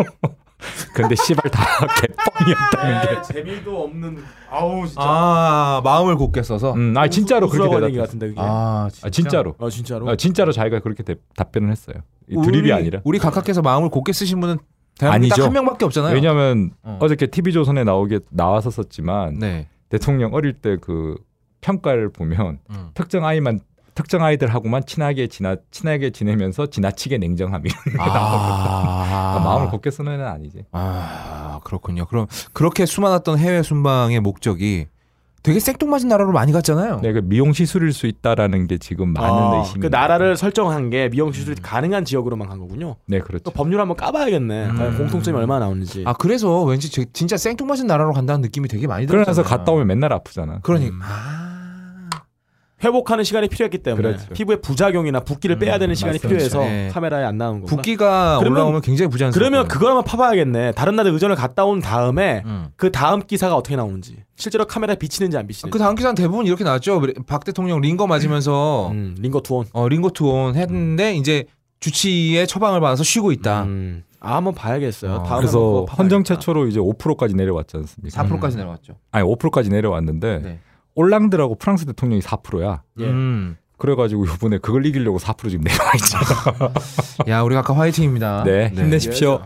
Speaker 5: 근데 씨발 다 *laughs* 개뻥이었다는
Speaker 4: 네,
Speaker 5: 게.
Speaker 4: 재미도 없는 아우 *laughs* 진짜
Speaker 2: 아 마음을 곱게 써서.
Speaker 5: 음, 아 진짜로 그렇게
Speaker 4: 대답
Speaker 5: 대답했어요.
Speaker 4: 같은데 그게 아,
Speaker 2: 아
Speaker 5: 아, 진짜로.
Speaker 4: 진짜로
Speaker 5: 아, 진짜로 자기가 그렇게 대- 답변을 했어요. 이 드립이
Speaker 2: 우리-
Speaker 5: 아니라.
Speaker 2: 우리 각각께서 마음을 곱게 쓰신 분은 대한민국
Speaker 5: 아니죠.
Speaker 2: 딱한 명밖에 없잖아요.
Speaker 5: 왜냐하면
Speaker 2: 어.
Speaker 5: 어저께 TV 조선에 나오게 나왔었지만
Speaker 2: 네.
Speaker 5: 대통령 어릴 때 그 평가를 보면
Speaker 2: 음.
Speaker 5: 특정 아이만 특정 아이들하고만 친하게 지나 친하게 지내면서 지나치게 *laughs* 냉정함이
Speaker 2: 아,
Speaker 5: 아. 마음을 곱게 쓰는 애는 아니지.
Speaker 2: 아 그렇군요. 그럼 그렇게 수많았던 해외 순방의 목적이 되게 생뚱맞은 나라로 많이 갔잖아요.
Speaker 5: 네, 그 미용 시술일 수 있다라는 게 지금 많은
Speaker 4: 아,
Speaker 5: 의심이.
Speaker 4: 어. 그 나라를 설정한 게 미용 시술이 가능한 지역으로만 간 거군요.
Speaker 5: 네,
Speaker 4: 또
Speaker 5: 그렇죠.
Speaker 4: 법률 한번 까봐야겠네. 과연
Speaker 2: 음.
Speaker 4: 공통점이 얼마나 나오는지.
Speaker 2: 아 그래서 왠지 제- 진짜 생뚱맞은 나라로 간다는 느낌이 되게 많이 들어요.
Speaker 5: 그러면서 갔다 오면 맨날 아프잖아.
Speaker 2: 그러니
Speaker 5: 음.
Speaker 2: 아,
Speaker 4: 회복하는 시간이 필요했기 때문에
Speaker 5: 그렇죠. 음,
Speaker 4: 피부의 부작용이나 붓기를 빼야 되는 시간이
Speaker 5: 맞습니다. 예.
Speaker 4: 필요해서
Speaker 2: 네.
Speaker 4: 카메라에 안 나오는 거구나.
Speaker 2: 붓기가
Speaker 4: 그러면-
Speaker 2: 올라오면 굉장히 부자연스러워.
Speaker 4: 그러면 그거만 파봐야겠네. 다른 나라 의전을 갔다 온 다음에
Speaker 2: 음.
Speaker 4: 그 다음 기사가 어떻게 나오는지, 실제로 카메라에 비치는지 안 비치는지.
Speaker 2: 그 다음 기사는 대부분 이렇게 나왔죠. 박 대통령 링거 맞으면서
Speaker 4: 음, 링거 투원.
Speaker 2: 어, 링거 투혼 했는데 이제 주치의 처방을 받아서 쉬고 있다.
Speaker 4: 음. 아 한번 봐야겠어요.
Speaker 2: 어,
Speaker 4: 다음에
Speaker 5: 그래서
Speaker 4: 한번 봐야겠다.
Speaker 5: 헌정 최초로 이제 5%까지 내려왔지 않습니까?
Speaker 2: 4%까지 내려왔죠.
Speaker 5: 음. 아니 5%까지 내려왔는데
Speaker 2: 네.
Speaker 5: 올랑드라고 프랑스 대통령이 4%야.
Speaker 4: 예.
Speaker 2: 음.
Speaker 5: 그래가지고 이번에 그걸 이기려고 4% 지금 내려와 있잖아.
Speaker 2: 야, 우리가 예. 아까 화이팅입니다.
Speaker 5: 네, 힘내십시오.